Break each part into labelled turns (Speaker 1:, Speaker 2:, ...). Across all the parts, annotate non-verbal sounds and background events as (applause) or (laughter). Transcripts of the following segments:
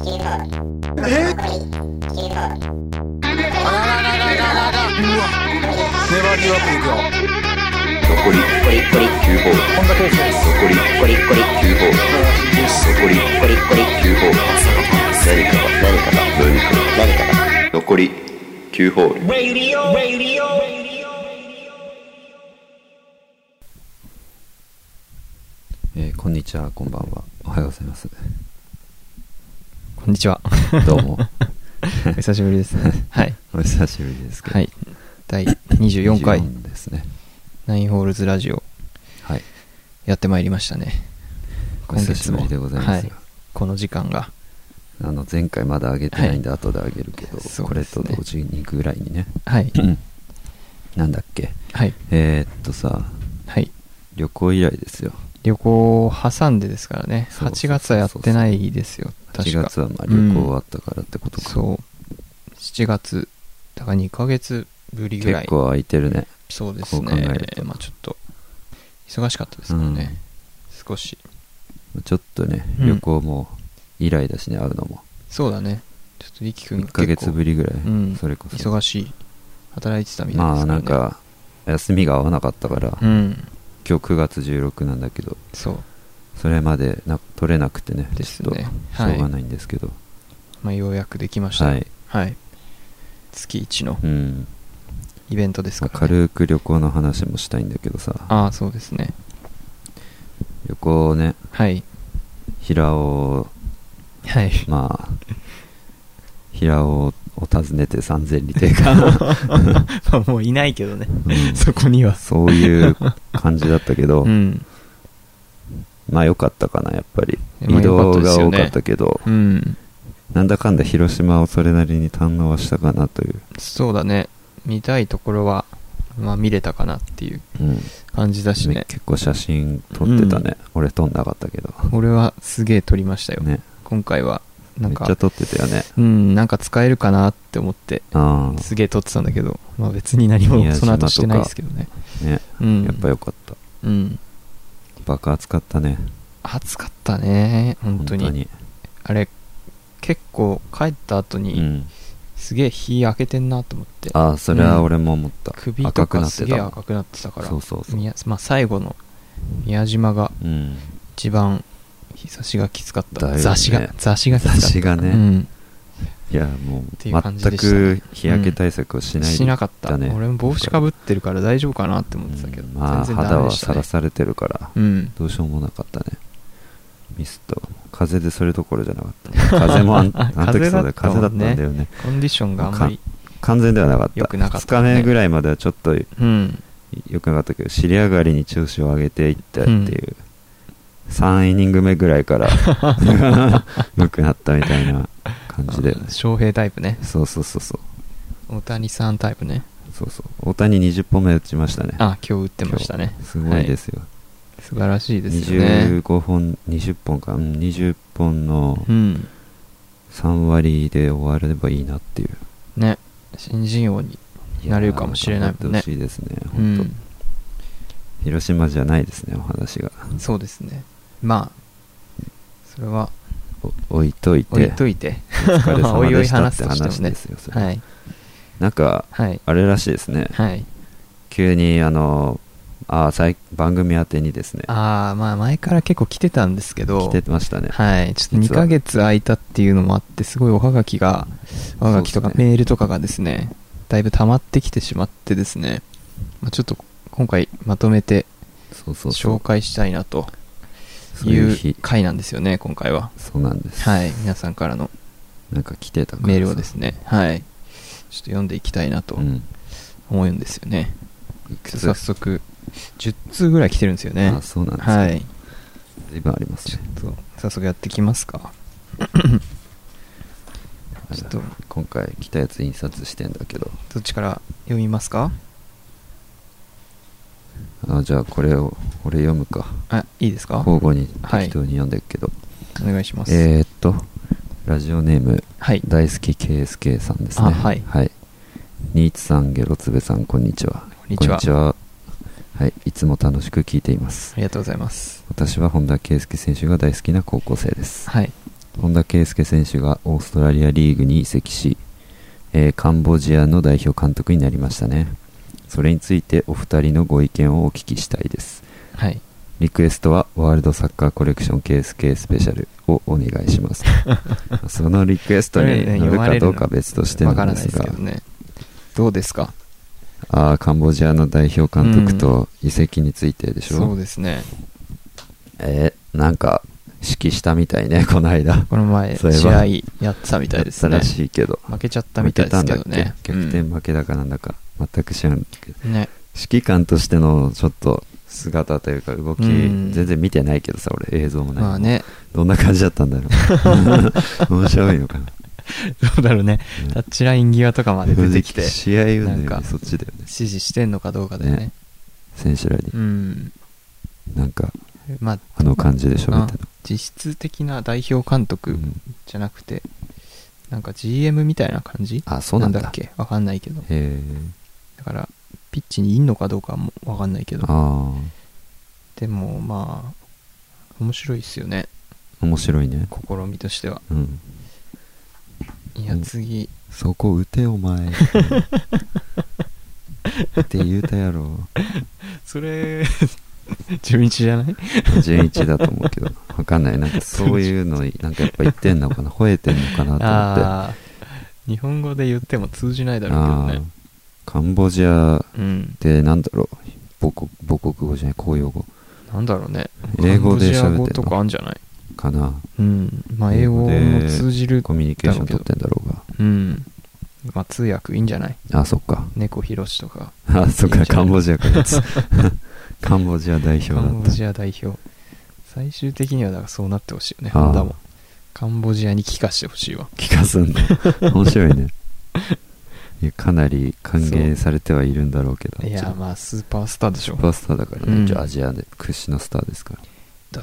Speaker 1: えあらららららららうわネバーギブアップいくよ
Speaker 2: 残り9ホール
Speaker 1: 本田圭佑です
Speaker 2: 残り9ホール残り9ホール何かが何かが何かが何かが残り9ホール
Speaker 3: えーこんにちは、こんばんは。おはようございます。 (laughs)
Speaker 4: こんにちは。
Speaker 3: どうも。
Speaker 4: お久しぶりですね。はい。
Speaker 3: お久しぶりですけど。
Speaker 4: はい。第24回、
Speaker 3: 24ですね。
Speaker 4: ナインホールズラジオ、
Speaker 3: はい。
Speaker 4: やってまいりましたね。
Speaker 3: お久しぶりでございます
Speaker 4: は
Speaker 3: よ
Speaker 4: い。この時間が、
Speaker 3: あの、前回まだ上げてないんで、後で上げるけど、
Speaker 4: そう
Speaker 3: これ
Speaker 4: です
Speaker 3: と
Speaker 4: ね
Speaker 3: 同時にぐらいにね。
Speaker 4: はい。
Speaker 3: なんだっけ。
Speaker 4: はい。
Speaker 3: えーっとさ、
Speaker 4: はい。
Speaker 3: 旅行以来ですよ。
Speaker 4: 旅行を挟んでですからね。
Speaker 3: そうそうそう
Speaker 4: 8月はやってないですよ。確
Speaker 3: 8
Speaker 4: か。
Speaker 3: 月はまあ
Speaker 4: う
Speaker 3: 旅
Speaker 4: ん
Speaker 3: 行終わったからってことか。
Speaker 4: そう。7月、だから2ヶ月ぶりぐらい。
Speaker 3: 結構空いてるね。
Speaker 4: そうです
Speaker 3: こう考え
Speaker 4: ね
Speaker 3: る。と
Speaker 4: まあちょっと、忙しかったですからね。少し。
Speaker 3: ちょっとね、
Speaker 4: うん
Speaker 3: 旅行も以来だしね、会うのも。
Speaker 4: そうだね。ちょっと力君
Speaker 3: 1
Speaker 4: が
Speaker 3: ヶ
Speaker 4: 結
Speaker 3: 月
Speaker 4: 構
Speaker 3: ぶりぐら
Speaker 4: うん
Speaker 3: い。それこそ。
Speaker 4: 忙しい働いてたみたいで
Speaker 3: ますあ
Speaker 4: から
Speaker 3: な
Speaker 4: ね
Speaker 3: んか、休みが合わなかったから、
Speaker 4: うん
Speaker 3: 今日9月16なんだけど
Speaker 4: そう
Speaker 3: それまでな取れなくてね
Speaker 4: です
Speaker 3: ちょっと
Speaker 4: ね
Speaker 3: しょ
Speaker 4: はいう
Speaker 3: がないんですけど
Speaker 4: まあようやくできました
Speaker 3: はい、
Speaker 4: はい月一の
Speaker 3: うん、
Speaker 4: イベントです
Speaker 3: まあ
Speaker 4: からね
Speaker 3: 軽く旅行の話もしたいんだけどさ
Speaker 4: ああそうですね
Speaker 3: 旅行をね
Speaker 4: はい
Speaker 3: 平尾を
Speaker 4: はい
Speaker 3: まあ平尾を訪ねて三千里というか
Speaker 4: (laughs) まあもういないけどね
Speaker 3: うん
Speaker 4: そこには
Speaker 3: そういう感じだったけど、
Speaker 4: うん
Speaker 3: まあ良かったかなやっぱり
Speaker 4: まあ
Speaker 3: 移
Speaker 4: 良かっ
Speaker 3: 動
Speaker 4: たです
Speaker 3: が
Speaker 4: よ
Speaker 3: 多
Speaker 4: ね
Speaker 3: かったけど、
Speaker 4: うん
Speaker 3: なんだかんだ広島をそれなりに堪能はしたかなという、
Speaker 4: そうだね見たいところはまあ見れたかなっていう
Speaker 3: うん
Speaker 4: 感じだしね
Speaker 3: 結構写真撮ってたね、俺撮んなかったけど
Speaker 4: 俺はすげえ撮りましたよ
Speaker 3: ね
Speaker 4: 今回はなん
Speaker 3: めっ
Speaker 4: か
Speaker 3: ちゃ撮ってたよね
Speaker 4: うんなんか使えるかなって思って
Speaker 3: あ
Speaker 4: すげえ撮ってたんだけど、まあ、別に何も
Speaker 3: 宮島
Speaker 4: その後してないですけどね、
Speaker 3: あね、
Speaker 4: うん、
Speaker 3: やっぱ
Speaker 4: り、
Speaker 3: 良かった
Speaker 4: うん、
Speaker 3: 爆発買ったね
Speaker 4: 暑かったね本
Speaker 3: 本
Speaker 4: 当
Speaker 3: 当
Speaker 4: に
Speaker 3: に
Speaker 4: あれ結構帰った後
Speaker 3: う
Speaker 4: に、
Speaker 3: ん、
Speaker 4: すげえ日焼けてんなと思って
Speaker 3: ああそれは俺も思った、
Speaker 4: 首と
Speaker 3: 赤く
Speaker 4: か
Speaker 3: なって
Speaker 4: すげえ
Speaker 3: た
Speaker 4: 赤くなってたから
Speaker 3: そうそうそう
Speaker 4: 宮まあ、最後の宮島が
Speaker 3: うん
Speaker 4: 一番日差しがきつかっ
Speaker 3: だ
Speaker 4: た、
Speaker 3: よね
Speaker 4: 雑誌が雑誌がきつかった
Speaker 3: 雑誌がね、
Speaker 4: うん、
Speaker 3: いやも
Speaker 4: ていう感
Speaker 3: う
Speaker 4: じ
Speaker 3: 全
Speaker 4: でしたね
Speaker 3: く日焼け対策をしない
Speaker 4: しなかった、
Speaker 3: ね
Speaker 4: 俺も帽子かぶってるから大丈夫かなって思ってたけど、
Speaker 3: うんまあ
Speaker 4: 全然ダ
Speaker 3: 肌
Speaker 4: メ
Speaker 3: は
Speaker 4: でした
Speaker 3: さ
Speaker 4: ね
Speaker 3: らされてるから、
Speaker 4: うん
Speaker 3: どうしようもなかったねミスト風でそれどころじゃなかった風もあ
Speaker 4: (laughs)
Speaker 3: んあの時そうだよ
Speaker 4: 風
Speaker 3: 風
Speaker 4: だ
Speaker 3: だった
Speaker 4: ったもん
Speaker 3: ん
Speaker 4: ね
Speaker 3: だよね
Speaker 4: コンディションがあんまり
Speaker 3: 完全ではなかった
Speaker 4: 良くなかった
Speaker 3: 2
Speaker 4: ね
Speaker 3: 日目ぐらいまではちょっと
Speaker 4: うん
Speaker 3: 良くなかったけど尻上がりに調子を上げていったっていう、3イニング目ぐらいから
Speaker 4: (laughs)
Speaker 3: 良くなったみたいな感じで
Speaker 4: 翔平タイプね
Speaker 3: そうそうそうそう
Speaker 4: 大谷さんタイプね
Speaker 3: そうそう大谷20本目打ちましたね
Speaker 4: あ今日打ってましたね
Speaker 3: 今日すごいですよ、
Speaker 4: はい素晴らしいですよね
Speaker 3: 25本20本かうん20本の
Speaker 4: うん
Speaker 3: 3割で終わればいいなっていう
Speaker 4: ね新人王に
Speaker 3: いやー
Speaker 4: なれるかもしれないもん
Speaker 3: 頑張
Speaker 4: ね
Speaker 3: ってほしいですね
Speaker 4: う
Speaker 3: 本当、
Speaker 4: ん
Speaker 3: 広島じゃないですねお話が
Speaker 4: そうですねまあそれは
Speaker 3: お置いといて
Speaker 4: 置いといて (laughs)
Speaker 3: お疲れ
Speaker 4: まあお
Speaker 3: 様
Speaker 4: いおい
Speaker 3: でしたっ
Speaker 4: 話
Speaker 3: て
Speaker 4: すとしてもね
Speaker 3: 話ですよ、それ
Speaker 4: (laughs) はい
Speaker 3: なんか
Speaker 4: はい
Speaker 3: あれらしいですね、
Speaker 4: はい
Speaker 3: 急にあのあー最番組宛てにですね
Speaker 4: ああまあ前から結構来てたんですけど
Speaker 3: 来てましたね、
Speaker 4: はいちょっと2
Speaker 3: 実は
Speaker 4: ヶ月空いたっていうのもあってすごいおはがきがおはがきと
Speaker 3: そ
Speaker 4: か
Speaker 3: うですね
Speaker 4: メールとかがですねだいぶ溜まってきてしまってですね、まあ、ちょっと今回まとめて
Speaker 3: そうそうそ
Speaker 4: 紹
Speaker 3: う
Speaker 4: 介したいなと
Speaker 3: そういう
Speaker 4: い
Speaker 3: 日
Speaker 4: う回なんですよね、今回は。
Speaker 3: そうなんです、
Speaker 4: はい。皆さんからの
Speaker 3: なんか来てたから
Speaker 4: メールをですね、はい。ちょっと読んでいきたいなと
Speaker 3: うん
Speaker 4: 思うんですよね。
Speaker 3: いく
Speaker 4: ちょ
Speaker 3: つ
Speaker 4: っと早速、10通ぐらい来てるんですよね。
Speaker 3: あそうなんですか、
Speaker 4: はい。
Speaker 3: 随分あります
Speaker 4: ち
Speaker 3: ね
Speaker 4: ょっと、早速やってきますか。ちょっと、
Speaker 3: 今回来たやつ印刷してんだけど
Speaker 4: どっちから読みますか
Speaker 3: あじゃあこれを俺読むか
Speaker 4: あ、いいですか
Speaker 3: 交互に
Speaker 4: はい
Speaker 3: 適当に読んでいくけど、
Speaker 4: お願いします。
Speaker 3: えー、っとラジオネーム
Speaker 4: はい。
Speaker 3: 大好き KSK さんですね
Speaker 4: あはい
Speaker 3: ニーツさんゲロツベさんこんにちは
Speaker 4: こんにちは
Speaker 3: はいいつも楽しく聞いています
Speaker 4: ありがとうございます。
Speaker 3: 私は本田圭佑選手が大好きな高校生です
Speaker 4: はい。
Speaker 3: 本田圭佑選手がオーストラリアリーグに移籍し、えーカンボジアの代表監督になりましたねそれについてお二人のご意見をお聞きしたいです
Speaker 4: はい。
Speaker 3: リクエストはワールドサッカーコレクションケースケスペシャルをお願いし
Speaker 4: (laughs)
Speaker 3: ますそのリクエストに乗るかどうかは別としてな
Speaker 4: わか
Speaker 3: ん
Speaker 4: ら
Speaker 3: で
Speaker 4: ない
Speaker 3: す
Speaker 4: です
Speaker 3: が
Speaker 4: けどね。どうですか
Speaker 3: あーカンボジアの代表監督と移籍についてでしょ、
Speaker 4: そうですね。
Speaker 3: えーなんか指揮したみたいね (laughs) この間
Speaker 4: この前、
Speaker 3: そういえば
Speaker 4: 試合やってたみたいです
Speaker 3: や
Speaker 4: ね
Speaker 3: ったら。しいけど
Speaker 4: 負けちゃったみたいですけ
Speaker 3: 負け
Speaker 4: どね。
Speaker 3: たんだっけ逆転負けだかなんだか、全く知らんけど
Speaker 4: うんね。
Speaker 3: 指揮官としてのちょっと姿というか動き、
Speaker 4: うん
Speaker 3: 全然見てないけどさ俺映像もない、
Speaker 4: まあ
Speaker 3: (laughs)
Speaker 4: ね。
Speaker 3: どんな感じだったんだろ
Speaker 4: (laughs)
Speaker 3: う面白いのかな
Speaker 4: どうだろうね。
Speaker 3: うん
Speaker 4: タッチライン際とかまで出てきて、
Speaker 3: 正直
Speaker 4: 指
Speaker 3: 試合運動よ
Speaker 4: なん
Speaker 3: り
Speaker 4: か
Speaker 3: そっちだよね
Speaker 4: 示してんのかどうかだよね
Speaker 3: ね。選手らに、
Speaker 4: うん。
Speaker 3: なんか
Speaker 4: まあ、
Speaker 3: あの感じでしょみ
Speaker 4: あ
Speaker 3: たいな、
Speaker 4: 実質的な代表監
Speaker 3: う
Speaker 4: 督
Speaker 3: ん
Speaker 4: じゃなくて、なんか GM みたいな感じ
Speaker 3: あそうなんだ
Speaker 4: だっけわかんないけど。
Speaker 3: へえ
Speaker 4: だから、ピッチにいんのかどうかもわかんないけど。
Speaker 3: あ
Speaker 4: でも、まあ、面白いですよね。
Speaker 3: あ面白いね
Speaker 4: 試みとしては。
Speaker 3: うん
Speaker 4: いや、
Speaker 3: うん
Speaker 4: 次、
Speaker 3: そこ打てお (laughs) 前って言うたやろ
Speaker 4: そ (laughs) れ、順一じゃない
Speaker 3: 純一だと思うけどわかんないなんかそういうのになんかやっぱ言ってんのかな吠えてんのかなと思って
Speaker 4: ああ、日本語で言っても通じないだろう
Speaker 3: あ
Speaker 4: けど
Speaker 3: ー
Speaker 4: ね。
Speaker 3: カンボジアっ
Speaker 4: うん。
Speaker 3: てなんだろう母国母国語じゃない公用語
Speaker 4: なんだろうね。
Speaker 3: 英語で
Speaker 4: カン
Speaker 3: 喋っ
Speaker 4: ボジア語
Speaker 3: て
Speaker 4: と
Speaker 3: ん
Speaker 4: か
Speaker 3: の
Speaker 4: あんじゃない
Speaker 3: かな
Speaker 4: うん。まあ、英語も通じる。
Speaker 3: コミュニケーション取ってんだろうが
Speaker 4: うん。まあ、通訳いいんじゃない
Speaker 3: あそっか
Speaker 4: 猫ひろしとか。
Speaker 3: あそっ
Speaker 4: いいん
Speaker 3: か
Speaker 4: じゃない
Speaker 3: カンボ
Speaker 4: (laughs)
Speaker 3: ジアからやつカンボジア代表
Speaker 4: カ
Speaker 3: だ
Speaker 4: ンボ
Speaker 3: っ
Speaker 4: ジア代表。最終的にはだからそうなってほしいよね。
Speaker 3: あー
Speaker 4: ホンダも。カンボジアに帰化してほしいわ。
Speaker 3: た気がすんだ面白いねいやかなり歓迎されてはいるんだろうけど
Speaker 4: いや、まあ、スーパースターでし
Speaker 3: ス
Speaker 4: ょ
Speaker 3: ー。パースターだから
Speaker 4: う
Speaker 3: ね、
Speaker 4: ん
Speaker 3: 一応アジアで屈指のスターですから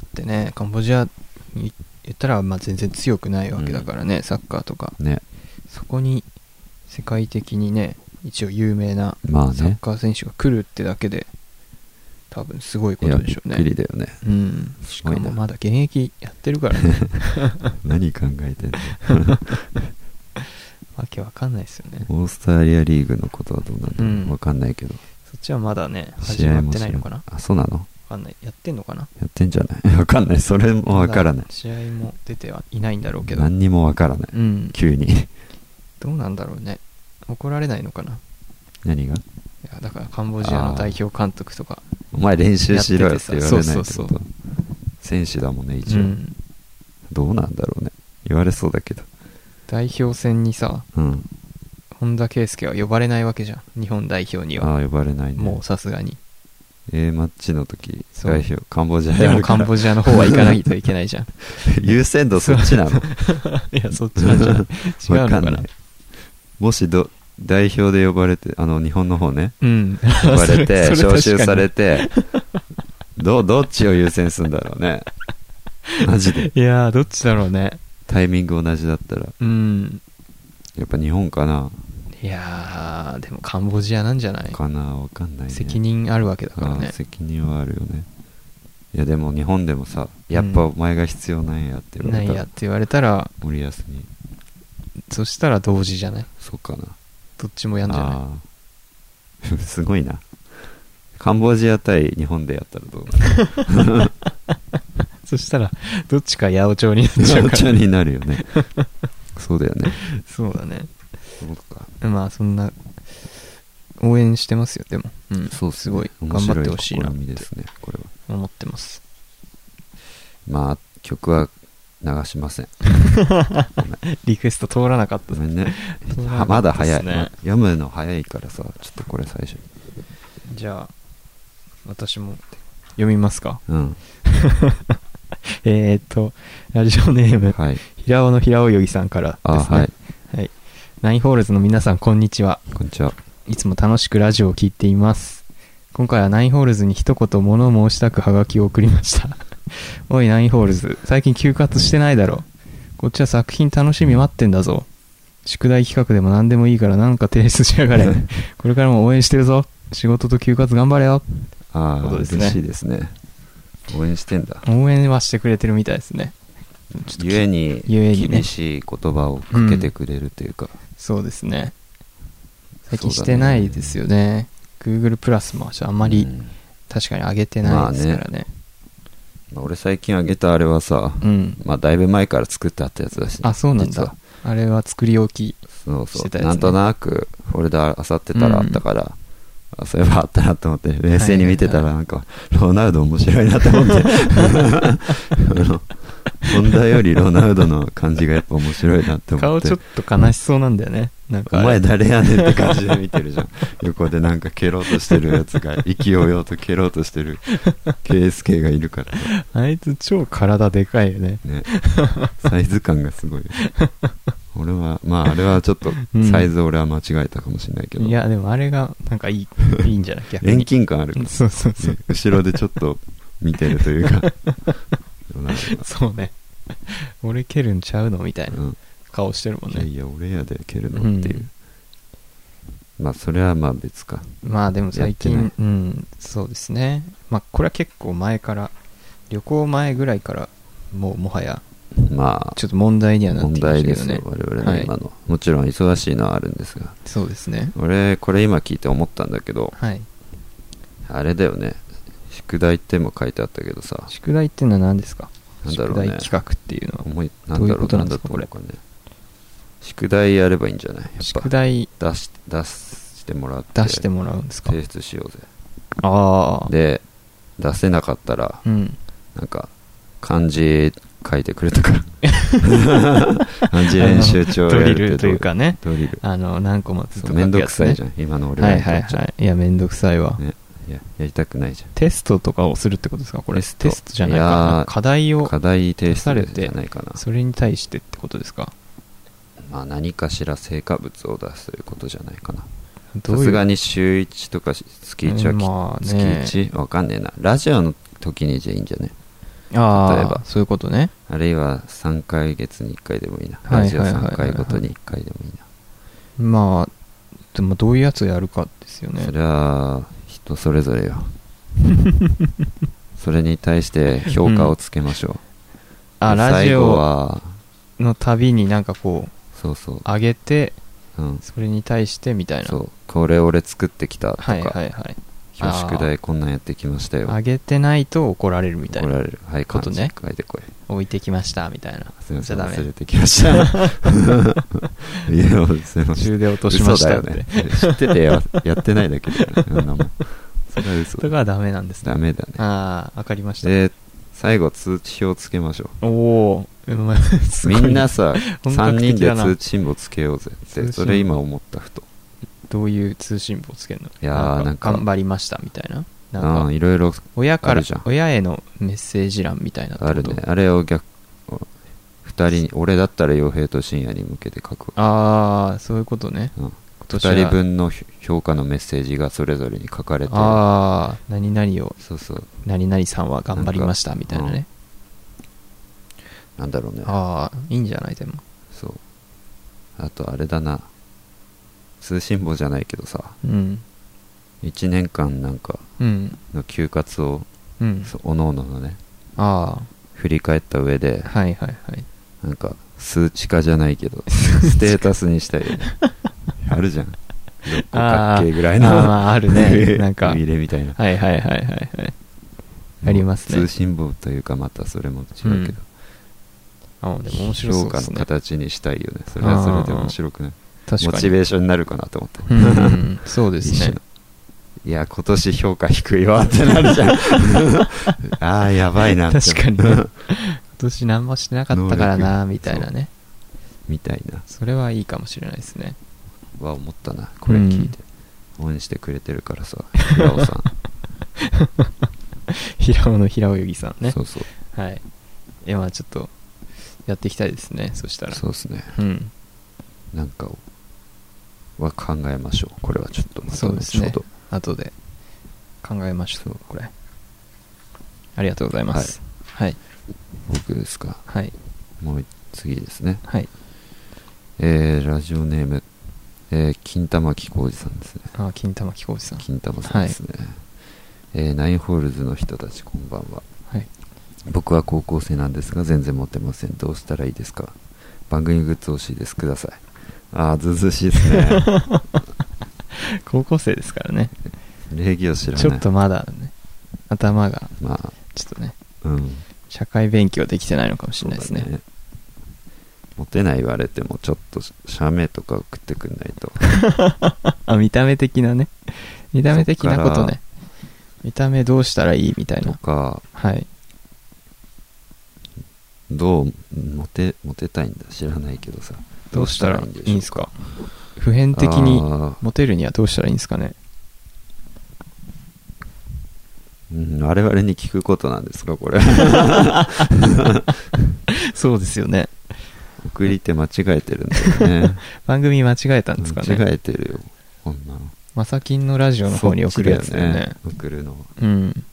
Speaker 4: だってね、カンボジアに言ったら、まあ、全然強くないわけだからね、サッカーとか。
Speaker 3: ね
Speaker 4: そこに、世界的にね、一応有名な
Speaker 3: まあ
Speaker 4: サッ
Speaker 3: ね
Speaker 4: カー選手が来るってだけで、多分すごい
Speaker 3: い
Speaker 4: こ
Speaker 3: や
Speaker 4: とで
Speaker 3: びっ
Speaker 4: しょう
Speaker 3: くり
Speaker 4: ね。
Speaker 3: だよね
Speaker 4: (laughs) うん。し
Speaker 3: す
Speaker 4: か
Speaker 3: ごいな
Speaker 4: もまだ現役やって
Speaker 3: (laughs)
Speaker 4: るからね。
Speaker 3: 何考えてんの
Speaker 4: わけわかんないですよね。
Speaker 3: オーストラリアリーグのことはどうなんだろう、
Speaker 4: うん
Speaker 3: わかんないけど
Speaker 4: そっちはまだね、始
Speaker 3: 試
Speaker 4: ま
Speaker 3: 合
Speaker 4: っ
Speaker 3: も
Speaker 4: て
Speaker 3: し
Speaker 4: ないのかなわ
Speaker 3: あそうなの
Speaker 4: かんない。やってんのかな
Speaker 3: やってんじゃない (laughs) わかんないそれもわからな
Speaker 4: ま
Speaker 3: い
Speaker 4: だ試合も出てはいないんだろうけど。
Speaker 3: 何にもわからない
Speaker 4: うん。
Speaker 3: 急に
Speaker 4: どうなんだろうね。怒られないのかない
Speaker 3: 何が
Speaker 4: や、だからカンボジアの代表監督とか。
Speaker 3: お前練習しろよって言われないって
Speaker 4: や
Speaker 3: こ
Speaker 4: っててさそうそ
Speaker 3: と
Speaker 4: うそう
Speaker 3: 選手だもんね
Speaker 4: う
Speaker 3: 一応、
Speaker 4: ん。
Speaker 3: どうなんだろうね言われそうだけど
Speaker 4: 代表戦にさ、
Speaker 3: うん
Speaker 4: 本田圭佑は呼ばれないわけじゃん。日本代表に
Speaker 3: あ
Speaker 4: は。
Speaker 3: あ呼ばれないね
Speaker 4: もうさすがに。
Speaker 3: A マッチの時
Speaker 4: そう
Speaker 3: 代表カンボジア
Speaker 4: で
Speaker 3: や
Speaker 4: も
Speaker 3: る
Speaker 4: カ
Speaker 3: か
Speaker 4: ン
Speaker 3: ら
Speaker 4: ボジアの方は行かないといけないじゃん。
Speaker 3: 優先度そっちなの
Speaker 4: (laughs) いや、そっちなんじゃない違うの
Speaker 3: (laughs) わ
Speaker 4: か
Speaker 3: か
Speaker 4: なん
Speaker 3: ないもしど代表で呼ばれてあの日本の方ね
Speaker 4: うん。
Speaker 3: 呼ばれて
Speaker 4: (laughs) そ
Speaker 3: 招集され
Speaker 4: て。
Speaker 3: てどうどっちを優先するんだろうねマジで
Speaker 4: いやー、どっちだろうね。
Speaker 3: タイミング同じだったら
Speaker 4: うん。
Speaker 3: やっぱ日本かない
Speaker 4: やー、でもカンボジアなんじゃない
Speaker 3: かなわかんないね
Speaker 4: 責任あるわけだから
Speaker 3: あ
Speaker 4: ね
Speaker 3: ー。責任はあるよねいやでも日本でもさやっぱお前が必要なんやって言わ
Speaker 4: な
Speaker 3: れ
Speaker 4: い
Speaker 3: た
Speaker 4: や
Speaker 3: ら
Speaker 4: って言われたら、
Speaker 3: 森保に
Speaker 4: そしたら同時じゃない
Speaker 3: そうかな
Speaker 4: どっちもやんじゃない
Speaker 3: あー (laughs) すごいなカンボジア対日本でやったら
Speaker 4: (laughs)
Speaker 3: どうなる
Speaker 4: そしたら、どっちか八百長になっちゃう
Speaker 3: お
Speaker 4: か
Speaker 3: 茶
Speaker 4: ら。
Speaker 3: になるよ
Speaker 4: (laughs)
Speaker 3: ね (laughs) そうだよね
Speaker 4: そうだね。
Speaker 3: そうか
Speaker 4: まあ、そんな、応援してますよ、でも。うん。
Speaker 3: そう
Speaker 4: す
Speaker 3: ね
Speaker 4: ごい。
Speaker 3: 面
Speaker 4: 頑張
Speaker 3: 白
Speaker 4: ってほしいな
Speaker 3: 試みですねこれは
Speaker 4: 思ってます。
Speaker 3: まあ曲は流しません
Speaker 4: リクエスト通らなかった
Speaker 3: ご。めんね
Speaker 4: 通らなかったっすね
Speaker 3: はまだ早い、ま読むの早いからさちょっとこれ最初に
Speaker 4: じゃあ、私も読みますか。
Speaker 3: うん
Speaker 4: えーっと、ラジオネーム、
Speaker 3: はい
Speaker 4: 平尾の平泳ぎさんから
Speaker 3: あ、
Speaker 4: ですね。
Speaker 3: はい。
Speaker 4: はい。ナインホールズの皆さん、こんにちは。
Speaker 3: こんにちは。
Speaker 4: いつも楽しくラジオを聞いています。今回はナインホールズに一言物を申したくハガキを送りました。 (laughs) おいナインホールズ、最近休活してないだろ。こっちは作品楽しみ待ってんだぞ。宿題企画でも何でもいいからなんか提出しや
Speaker 3: (laughs)
Speaker 4: がれ。これからも応援してるぞ。仕事と休活頑張れよ。
Speaker 3: ああ、
Speaker 4: ことですね
Speaker 3: 嬉しいですね。応援してんだ。
Speaker 4: 応援はしてくれてるみたいですね。ちょっと
Speaker 3: ゆえに
Speaker 4: ゆえにね
Speaker 3: 厳しい言葉をかけてくれるというか、
Speaker 4: そうですね最近
Speaker 3: そ
Speaker 4: し
Speaker 3: うだね
Speaker 4: てないですよね Google プラスもあんま
Speaker 3: う
Speaker 4: り
Speaker 3: ん
Speaker 4: 確かに上げてないですからね,、
Speaker 3: まあ俺最近あげたあれはさ、
Speaker 4: うん
Speaker 3: まあだいぶ前から作ってあったやつだしね、
Speaker 4: あそうなん
Speaker 3: 実は
Speaker 4: だあれは作り置き
Speaker 3: そう
Speaker 4: し
Speaker 3: そ
Speaker 4: て
Speaker 3: う、
Speaker 4: たやつね
Speaker 3: なんとなくフォルダあさってたらあったから、あそういえばあったなと思って冷静に見てたらなんか、ロナウド面白いなと思って
Speaker 4: (laughs)
Speaker 3: あの本田よりロナウドの感じがやっぱ面白いなって思
Speaker 4: 顔
Speaker 3: って
Speaker 4: ちょっと悲しそうなんだよねなん
Speaker 3: お
Speaker 4: か
Speaker 3: 前誰やねんって感じで見てるじゃん (laughs) 横でなんか蹴ろうとしてるやつが勢いよと蹴ろうとしてる KSK がいるから
Speaker 4: (laughs) あいつ超体でかいよね
Speaker 3: ねサイズ感がす
Speaker 4: (laughs)
Speaker 3: ごい俺はまああれはちょっと
Speaker 4: うん
Speaker 3: サイズ俺は間違えたかもしれないけど、
Speaker 4: いやでもあれがなんかいいいいんじゃない逆に
Speaker 3: 遠近感あるから
Speaker 4: そうそうそう、
Speaker 3: ね後ろでちょっと見てるという
Speaker 4: (laughs)
Speaker 3: かなんか
Speaker 4: そうね俺蹴るんちゃうのみたいな
Speaker 3: うん
Speaker 4: 顔してるもん
Speaker 3: いや
Speaker 4: ね
Speaker 3: いや俺やで蹴るのっていう、まあそれはまあ別か
Speaker 4: まあでも最
Speaker 3: やっ
Speaker 4: 近
Speaker 3: て
Speaker 4: うんそうですねまあこれは結構前から旅行前ぐらいからもうもはや
Speaker 3: ま
Speaker 4: ちょっと問題に
Speaker 3: あ
Speaker 4: はなっ
Speaker 3: 問
Speaker 4: てきまし
Speaker 3: 題
Speaker 4: たけ
Speaker 3: で
Speaker 4: ど
Speaker 3: す
Speaker 4: ね
Speaker 3: よ我々の今
Speaker 4: はい、
Speaker 3: の、もちろん忙しいのはあるんですが
Speaker 4: そうですね
Speaker 3: 俺これ今聞いて思ったんだけど
Speaker 4: はい
Speaker 3: あれだよね宿題っても書いてあったけどさ
Speaker 4: 宿題っていうのは何ですか、
Speaker 3: なんだ
Speaker 4: 宿
Speaker 3: ろう
Speaker 4: 題
Speaker 3: ね
Speaker 4: 企画っていうのは
Speaker 3: 思いな
Speaker 4: ど
Speaker 3: ん
Speaker 4: うい
Speaker 3: だ
Speaker 4: う
Speaker 3: ろ
Speaker 4: こ
Speaker 3: う
Speaker 4: と
Speaker 3: な
Speaker 4: なん
Speaker 3: ん
Speaker 4: で
Speaker 3: だ
Speaker 4: すか
Speaker 3: と思うかね宿題やればいいんじゃないやっぱ
Speaker 4: 宿題
Speaker 3: 出し出してもらって
Speaker 4: 出してもらうんですか
Speaker 3: 提出しようぜ
Speaker 4: ああ
Speaker 3: で出せなかったら
Speaker 4: うん
Speaker 3: なんか漢字書いてくれとか漢字練習帳
Speaker 4: あ
Speaker 3: や
Speaker 4: のド
Speaker 3: るっ
Speaker 4: リ
Speaker 3: て
Speaker 4: ルというかね
Speaker 3: ドリル
Speaker 4: あの何個もずっと
Speaker 3: めんど
Speaker 4: や
Speaker 3: く
Speaker 4: つね
Speaker 3: さいじゃん今の俺ら
Speaker 4: はい
Speaker 3: にと
Speaker 4: はい
Speaker 3: っちゃ
Speaker 4: はいいやめんどくさいわ、
Speaker 3: ねいややりたくないじゃん
Speaker 4: テストとかをするってことですかこれ
Speaker 3: テスト
Speaker 4: じゃないか
Speaker 3: いやー
Speaker 4: なんか課題を
Speaker 3: 課題提出じゃないかな
Speaker 4: それに対してってことですか
Speaker 3: まあ何かしら成果物を出すということじゃないかなさ
Speaker 4: どういう
Speaker 3: すがに週1とかし月1はき、
Speaker 4: まあね
Speaker 3: 月 1? わかんねえなラジオの時にじゃいいんじゃね
Speaker 4: ああ
Speaker 3: 例えば
Speaker 4: そういうことね
Speaker 3: あるいは3ヶ月に1回でもいいな
Speaker 4: はい
Speaker 3: ラ
Speaker 4: はい
Speaker 3: ジ
Speaker 4: は
Speaker 3: オ
Speaker 4: いはい
Speaker 3: 3回ごとに1回でもいいな、
Speaker 4: まあでもどういうやつをやるかですよね
Speaker 3: それは人それぞ
Speaker 4: (laughs)
Speaker 3: れよそれに対して評価をつけましょう、
Speaker 4: あ
Speaker 3: で
Speaker 4: ラジ
Speaker 3: 最後
Speaker 4: オ
Speaker 3: は
Speaker 4: の旅になんかこう
Speaker 3: そうそう、
Speaker 4: 上げて
Speaker 3: うん、
Speaker 4: それに対してみたいな
Speaker 3: そうこれ俺作ってきたとか、
Speaker 4: はいはいはい
Speaker 3: 今日宿題こんなんやってきましたよ
Speaker 4: 上げてないと怒られるみたい
Speaker 3: 怒ら
Speaker 4: な
Speaker 3: れるはい
Speaker 4: こ
Speaker 3: 漢
Speaker 4: と
Speaker 3: 字
Speaker 4: ね
Speaker 3: 書いてこい
Speaker 4: 置いてきましたみたいな
Speaker 3: すみません
Speaker 4: じゃあダメ
Speaker 3: 忘れてきま
Speaker 4: (laughs)
Speaker 3: した (laughs) いやすみま
Speaker 4: 途
Speaker 3: せん
Speaker 4: 中で落としましたっ
Speaker 3: 嘘だよ
Speaker 4: て
Speaker 3: ね
Speaker 4: (laughs)
Speaker 3: 知っててや (laughs) やってないだけだよねそんなもんそれは嘘
Speaker 4: とかはダメなんですね
Speaker 3: ダメだね
Speaker 4: ああわかりました
Speaker 3: で最後通知表つけましょ
Speaker 4: おお、まあ、す
Speaker 3: う
Speaker 4: ご
Speaker 3: み
Speaker 4: い (laughs)
Speaker 3: んなさ
Speaker 4: 本
Speaker 3: 3
Speaker 4: 格
Speaker 3: 人
Speaker 4: 的
Speaker 3: で
Speaker 4: だな
Speaker 3: 通知簿つけようぜっ
Speaker 4: 通信簿
Speaker 3: てそれ今思ったふと
Speaker 4: どういう通信簿をつけるの
Speaker 3: いやーなんか
Speaker 4: 頑張りましたみたいな。な
Speaker 3: うん
Speaker 4: んか、
Speaker 3: いろいろ
Speaker 4: 親か
Speaker 3: あ
Speaker 4: ら
Speaker 3: るじゃん、
Speaker 4: 親へのメッセージ欄みたいなってこと
Speaker 3: あるねあれを逆2人に俺だったら傭兵と深夜に向けて書くわ、
Speaker 4: あー、そういうことね。
Speaker 3: うん、
Speaker 4: 今年は
Speaker 3: 2人分の評価のメッセージがそれぞれに書かれて
Speaker 4: あー、何々を、
Speaker 3: そうそう
Speaker 4: 何々さんは頑張りましたみたいなね。
Speaker 3: なんだろうね
Speaker 4: あー、いいんじゃないでも。
Speaker 3: そうあとあれだな通信簿じゃないけどさ
Speaker 4: うん。
Speaker 3: 1年間なんか
Speaker 4: うん。
Speaker 3: の休活を
Speaker 4: うん。
Speaker 3: そうおのおののね
Speaker 4: あ
Speaker 3: 振り返った上で
Speaker 4: ー、はいはいはい。
Speaker 3: なんか数値化じゃないけ
Speaker 4: (laughs)
Speaker 3: どステータスにしたいよねあるじゃん六個
Speaker 4: あ
Speaker 3: 角
Speaker 4: ー
Speaker 3: 形ぐら
Speaker 4: あー
Speaker 3: いの
Speaker 4: まあ、ある
Speaker 3: (laughs)
Speaker 4: ね。なんか、は
Speaker 3: 海
Speaker 4: い
Speaker 3: 入れみたいな
Speaker 4: はいはいはいはい。ありますね
Speaker 3: 通。信簿というかまたそれも違うけど、
Speaker 4: あー、でも面白そ
Speaker 3: 評
Speaker 4: うで
Speaker 3: 価
Speaker 4: す
Speaker 3: の
Speaker 4: ね。
Speaker 3: 形にしたいよねそれはそれで面白くない
Speaker 4: 確
Speaker 3: モ
Speaker 4: か
Speaker 3: チ
Speaker 4: に。
Speaker 3: ベーションになるかなと思って (laughs)
Speaker 4: うん、そうです
Speaker 3: 一緒
Speaker 4: ね
Speaker 3: の。いや今年評価低いわってなるじ
Speaker 4: (laughs)
Speaker 3: ゃんああやばいなって
Speaker 4: 確
Speaker 3: (laughs)
Speaker 4: かにね今年何もしてなかったからなみたいなね
Speaker 3: みたいな
Speaker 4: それはいいかもしれないですね (laughs)
Speaker 3: は思ったなこれ聞いて、応援してくれてるからさ平尾さん、
Speaker 4: 平尾の平泳ぎさ (laughs) んね
Speaker 3: そうそう
Speaker 4: はいいやまあちょっとやっていきたいですねそしたら
Speaker 3: そうですね
Speaker 4: うん
Speaker 3: なんかをは考えましょうこれはちょっとまた
Speaker 4: そうですね
Speaker 3: 後ほ
Speaker 4: 後で考えましょうこれありがとうございますはい
Speaker 3: ど僕ですか
Speaker 4: はい
Speaker 3: もう次ですね
Speaker 4: はい
Speaker 3: えー、ラジオネーム、えー、金玉木浩二さんですね
Speaker 4: あ金玉木浩二さん
Speaker 3: 金玉さんですね、えーナインホールズの人たちこんばんは
Speaker 4: はい
Speaker 3: 僕は高校生なんですが全然モテませんどうしたらいいですか番組グッズ欲しいですくださいああずうずうしいですね
Speaker 4: (laughs) 高校生ですからね。
Speaker 3: 礼儀を知らない
Speaker 4: ちょっとまだね、頭が、
Speaker 3: まあ
Speaker 4: ちょっとね、
Speaker 3: うん
Speaker 4: 社会勉強できてないのかもし
Speaker 3: そ
Speaker 4: れ
Speaker 3: うだ
Speaker 4: ないですね。
Speaker 3: モテない言われてもちょっと写メとか送ってくんないと
Speaker 4: あ、見た目的なね。見た目的な
Speaker 3: そ
Speaker 4: こと
Speaker 3: っから
Speaker 4: ね。見た目どうしたらいいみたい
Speaker 3: と
Speaker 4: な。
Speaker 3: か
Speaker 4: はい。
Speaker 3: どうモテモテたいんだ知らないけどさ
Speaker 4: どうしたらいいんです
Speaker 3: か
Speaker 4: か普遍的に
Speaker 3: あ
Speaker 4: モテるにはどうしたらいいんですかね
Speaker 3: ーうん我々に聞くことなんですかこ
Speaker 4: (laughs)
Speaker 3: れ
Speaker 4: そうですよね。
Speaker 3: 送り手間違えてるんだ
Speaker 4: (laughs)
Speaker 3: よね
Speaker 4: 番組間違えたんですかね。
Speaker 3: 間違えてるよこんなの
Speaker 4: マサキンのラジオの方に送るやつだよ
Speaker 3: そっち
Speaker 4: ね。
Speaker 3: 送るのは
Speaker 4: うん。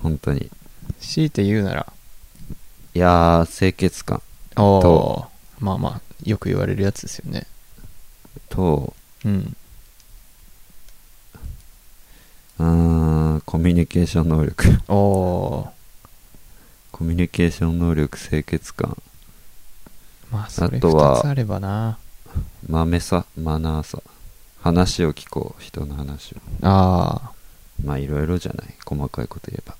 Speaker 3: 本当に
Speaker 4: 強いて言うなら、
Speaker 3: いやー清潔感
Speaker 4: おーまあまあ、よく言われるやつですよね。
Speaker 3: と
Speaker 4: うん。
Speaker 3: うーんコミュニケーション能力 (laughs)
Speaker 4: おー
Speaker 3: コミュニケーション能力清潔感
Speaker 4: まあ、それ
Speaker 3: あとは
Speaker 4: 2つあればな。
Speaker 3: 豆さマナーさ話を聞こう人の話を
Speaker 4: ああ、
Speaker 3: まあいろいろじゃない細かいこと言えば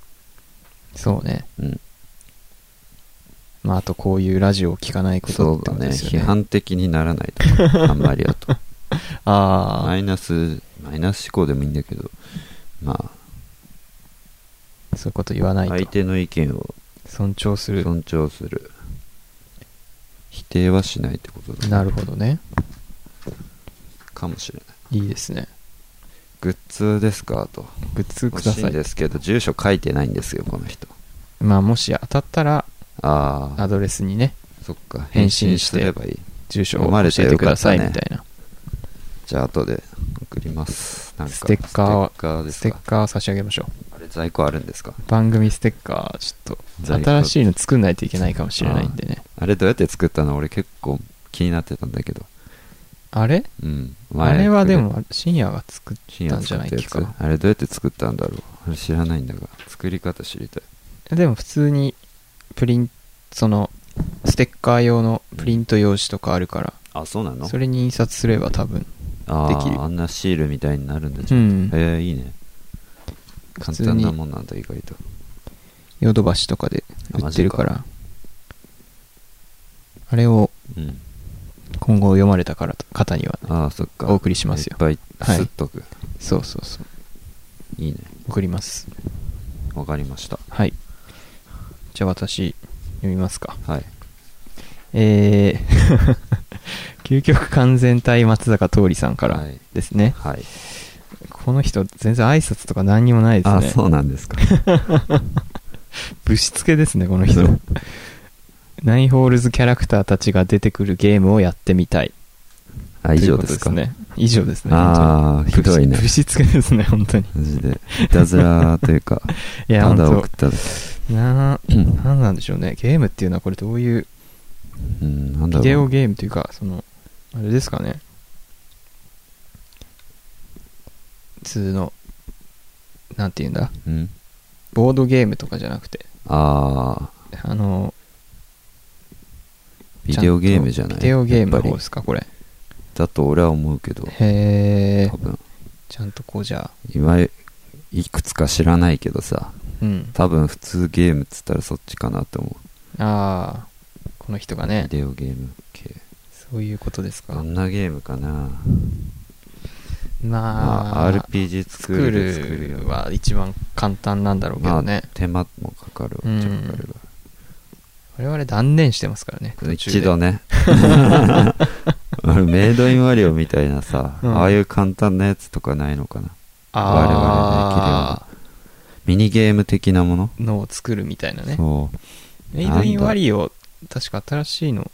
Speaker 4: そうね。
Speaker 3: うん
Speaker 4: まあ、あとこういうラジオを聞かないこ
Speaker 3: そ
Speaker 4: とっ
Speaker 3: う
Speaker 4: て
Speaker 3: だ
Speaker 4: こと
Speaker 3: ね
Speaker 4: ですよね。
Speaker 3: 批判的にならないとか
Speaker 4: (laughs)
Speaker 3: あんまりだと
Speaker 4: ああ、
Speaker 3: マイナスマイナス思考でもいいんだけどま
Speaker 4: そういうこと言わな
Speaker 3: あ
Speaker 4: いと。
Speaker 3: 相手の意見を
Speaker 4: 尊重する。
Speaker 3: 尊重する否定はしないってことだね
Speaker 4: なるほどね。
Speaker 3: かもしれない
Speaker 4: いいですね。
Speaker 3: グッズですかと
Speaker 4: グッズ
Speaker 3: 欲
Speaker 4: くだ
Speaker 3: しい
Speaker 4: さ
Speaker 3: ん
Speaker 4: い。
Speaker 3: ですけど住所書いてないんですよこの人
Speaker 4: まあ、もし当たったら、
Speaker 3: ああ
Speaker 4: アドレスにね、
Speaker 3: そっか
Speaker 4: 返
Speaker 3: 返
Speaker 4: 信
Speaker 3: 信
Speaker 4: し
Speaker 3: しててればいい
Speaker 4: 住所
Speaker 3: 読ま
Speaker 4: を
Speaker 3: れた
Speaker 4: 教え
Speaker 3: ら
Speaker 4: て
Speaker 3: よ
Speaker 4: く
Speaker 3: か
Speaker 4: だ
Speaker 3: っ
Speaker 4: さ
Speaker 3: た
Speaker 4: い
Speaker 3: ね
Speaker 4: みたいな。
Speaker 3: じゃあ後で送りますなんか
Speaker 4: ステッカーは
Speaker 3: ステッカーで
Speaker 4: ス
Speaker 3: す
Speaker 4: テ
Speaker 3: か
Speaker 4: ッカー差し上げましょ
Speaker 3: あれ在庫あるんですか
Speaker 4: う。番組ステッカー、ちょっと、
Speaker 3: 在庫
Speaker 4: 新しいの作んないといけないかもしれないんでね。
Speaker 3: あれどうやって作ったの俺結構気になってたんだけど
Speaker 4: あれ
Speaker 3: うん
Speaker 4: あれはでも、深夜が作っ
Speaker 3: 深
Speaker 4: た
Speaker 3: 夜
Speaker 4: んじ
Speaker 3: 作
Speaker 4: ゃ
Speaker 3: っ
Speaker 4: な
Speaker 3: たや
Speaker 4: いっけ
Speaker 3: つ
Speaker 4: か。
Speaker 3: あれどうやって作ったんだろうあれ知らないんだが作り方知りたい
Speaker 4: でも普通にプリンそのステッカー用のプリント用紙とかあるから、
Speaker 3: あそうなの
Speaker 4: それに印刷すれば多分
Speaker 3: あ
Speaker 4: でき
Speaker 3: ー
Speaker 4: る
Speaker 3: あんなシールみたいになるんだ
Speaker 4: う
Speaker 3: じゃん、
Speaker 4: ん
Speaker 3: えー、いいね
Speaker 4: 普
Speaker 3: 簡
Speaker 4: 通
Speaker 3: 単
Speaker 4: に
Speaker 3: なもんなんだ意外と
Speaker 4: ヨドバシとかで売ってるからあれを
Speaker 3: うん
Speaker 4: 今後読まれたから方にはね
Speaker 3: ああそっか
Speaker 4: お送りします
Speaker 3: い
Speaker 4: よ
Speaker 3: っぱ
Speaker 4: はいい
Speaker 3: 吸っとく、
Speaker 4: そうそうそう
Speaker 3: い、いね
Speaker 4: 送ります
Speaker 3: わかりました
Speaker 4: はいじゃあ私読みますか
Speaker 3: はい
Speaker 4: えー (laughs) 究極完全体松坂桃李さんから
Speaker 3: はい、
Speaker 4: ですね、
Speaker 3: はい、
Speaker 4: この人全然挨拶とか何にもないですね
Speaker 3: あそうなんですか
Speaker 4: ぶしつけですねこの人ナインホールズキャラクターたちが出てくるゲームをやってみたい
Speaker 3: あ以上ですか
Speaker 4: ということですね以上ですね
Speaker 3: ああ
Speaker 4: 本
Speaker 3: ひ
Speaker 4: 当
Speaker 3: ど
Speaker 4: に
Speaker 3: いね
Speaker 4: (laughs) ぶしぶしつけですね本当に
Speaker 3: マジでいたずらというか
Speaker 4: (laughs) いや
Speaker 3: ただ
Speaker 4: 本
Speaker 3: 送っただ
Speaker 4: 当な
Speaker 3: けうん
Speaker 4: 何なんでしょうねゲームっていうのはこれどういう
Speaker 3: うんなんだ
Speaker 4: ビ
Speaker 3: ろう
Speaker 4: デオゲームというかそのあれですかね普通のなんていうんだ
Speaker 3: うん
Speaker 4: ボードゲームとかじゃなくて
Speaker 3: ああ
Speaker 4: あの
Speaker 3: ビデオゲームじゃない
Speaker 4: ビデオゲームの
Speaker 3: やっ
Speaker 4: 方
Speaker 3: ぱ
Speaker 4: で
Speaker 3: り
Speaker 4: すかこれ
Speaker 3: だと俺は思うけど
Speaker 4: へえ
Speaker 3: 多分
Speaker 4: ちゃんとこうじゃあ
Speaker 3: 今いくつか知らないけどさ
Speaker 4: うん
Speaker 3: 多分普通ゲームっつったらそっちかなと思う
Speaker 4: ああこの人が
Speaker 3: ビ
Speaker 4: ね
Speaker 3: デオゲーム系
Speaker 4: そういうことです
Speaker 3: ど
Speaker 4: か
Speaker 3: んなゲームかな
Speaker 4: ま
Speaker 3: ま
Speaker 4: あ
Speaker 3: あ RPG 作
Speaker 4: 作
Speaker 3: るで作るよ
Speaker 4: るは一番簡単なんだろうけ
Speaker 3: ま
Speaker 4: ど
Speaker 3: あ
Speaker 4: ね、
Speaker 3: 手間もかかるわっちゃかかる
Speaker 4: 我々断念してますから
Speaker 3: わ
Speaker 4: ね途中で
Speaker 3: 一度
Speaker 4: (laughs)
Speaker 3: ね俺メイドインワリオみたいなさ、
Speaker 4: うん
Speaker 3: ああいう簡単なやつとかないのかな
Speaker 4: あ
Speaker 3: ミニゲーム的なもの、
Speaker 4: あのを作るみたいなね
Speaker 3: そう
Speaker 4: メイドイン
Speaker 3: なんだ
Speaker 4: ワリオ確か新しいの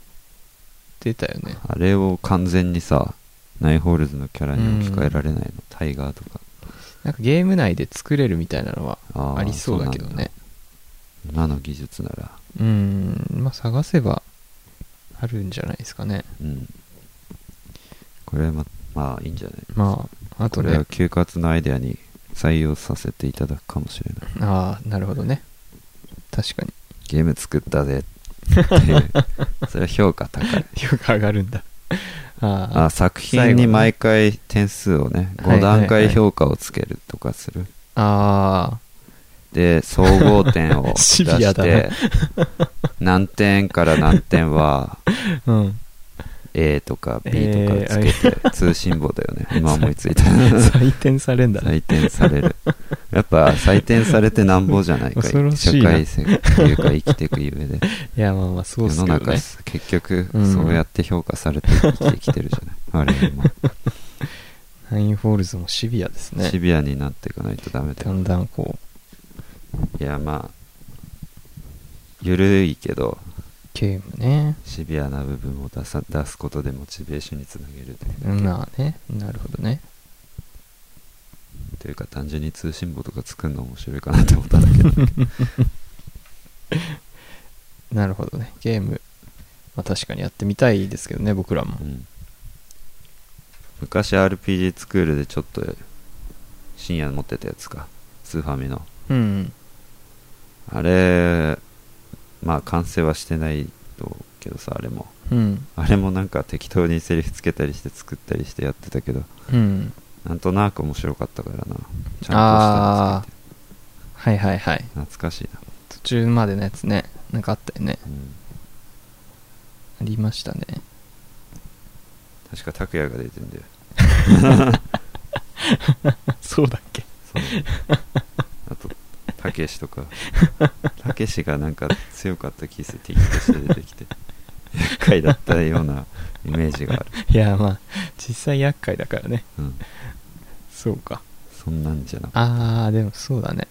Speaker 4: 出たよね
Speaker 3: あれを完全にさナインホールズのキャラに置き換えられないの、タイガーとか
Speaker 4: なんかゲーム内で作れるみたいなのは
Speaker 3: あー
Speaker 4: ありそうだけど
Speaker 3: そうなん
Speaker 4: ね
Speaker 3: だ今の技術なら
Speaker 4: うんまあ探せばあるんじゃないですかね
Speaker 3: うんこれはままあいいんじゃない
Speaker 4: まああと
Speaker 3: これ
Speaker 4: ね
Speaker 3: は休活のアイデアに採用させていただくかもしれない
Speaker 4: ああなるほどね確かに
Speaker 3: ゲーム作った
Speaker 4: (laughs)
Speaker 3: ぜっていうそれは評価高い
Speaker 4: 評価上がるんだ。あ
Speaker 3: あ
Speaker 4: あ、
Speaker 3: 作品に毎回点数をね
Speaker 4: はい
Speaker 3: 5段階評価をつけるとかする、
Speaker 4: あ
Speaker 3: で総合点を出
Speaker 4: (laughs) シビア
Speaker 3: し
Speaker 4: だ
Speaker 3: て
Speaker 4: な
Speaker 3: (laughs) 何点から何点は
Speaker 4: あ、うん。
Speaker 3: A とか B とかつけて、通信簿だよね今思い
Speaker 4: (laughs)
Speaker 3: ついた
Speaker 4: 採点されんだね。
Speaker 3: 採点されるやっぱ採点されてなんぼじゃないか
Speaker 4: 恐ろ
Speaker 3: 社
Speaker 4: しいな
Speaker 3: 会性というか生きていくゆえで
Speaker 4: いや、まあまあ、そうっ
Speaker 3: 世
Speaker 4: す
Speaker 3: の
Speaker 4: け
Speaker 3: 中
Speaker 4: どね。
Speaker 3: 結局
Speaker 4: うん
Speaker 3: そうやって評価されて生きてきてるじゃない、あ
Speaker 4: (laughs)
Speaker 3: れも
Speaker 4: ナインホールズもシビアですね
Speaker 3: シ。ビアになっていかないとダメだ
Speaker 4: だ
Speaker 3: よ
Speaker 4: んだんこう、
Speaker 3: いやまあゆるいけど
Speaker 4: ゲームね。
Speaker 3: シビアな部分を出さ出すことでモチベーションにつなげるというだけ
Speaker 4: まあね、なるほどね。
Speaker 3: というか単純に通信簿とか作るの面白いかなって思ったんだけど
Speaker 4: (laughs) なるほどね。ゲーム、まあ確かにやってみたいですけどね、僕らも
Speaker 3: う。ん昔 RPG スクールでちょっと深夜持ってたやつかスーファミの
Speaker 4: うん。
Speaker 3: あれまあ完成はしてないとけどさあれも
Speaker 4: うん。
Speaker 3: あれもなんか適当にセリフつけたりして作ったりしてやってたけど
Speaker 4: うん。
Speaker 3: なんとなく面白かったからなちゃんとしたや
Speaker 4: あ
Speaker 3: つ
Speaker 4: あ、はいはいはい。
Speaker 3: 懐かしいな、
Speaker 4: 途中までのやつね。なんかあったよね。
Speaker 3: うん、
Speaker 4: ありましたね。
Speaker 3: 確か拓也が出てんだよ
Speaker 4: (laughs) そうだっけ
Speaker 3: そう (laughs) あとたけしとかたけしがなんか強かった気する敵として出てきて厄介だったようなイメージがある、
Speaker 4: いや、まあ、実際厄介だからね。
Speaker 3: うん、
Speaker 4: そうか。
Speaker 3: そんなんじゃなく
Speaker 4: あー、でもそうだね。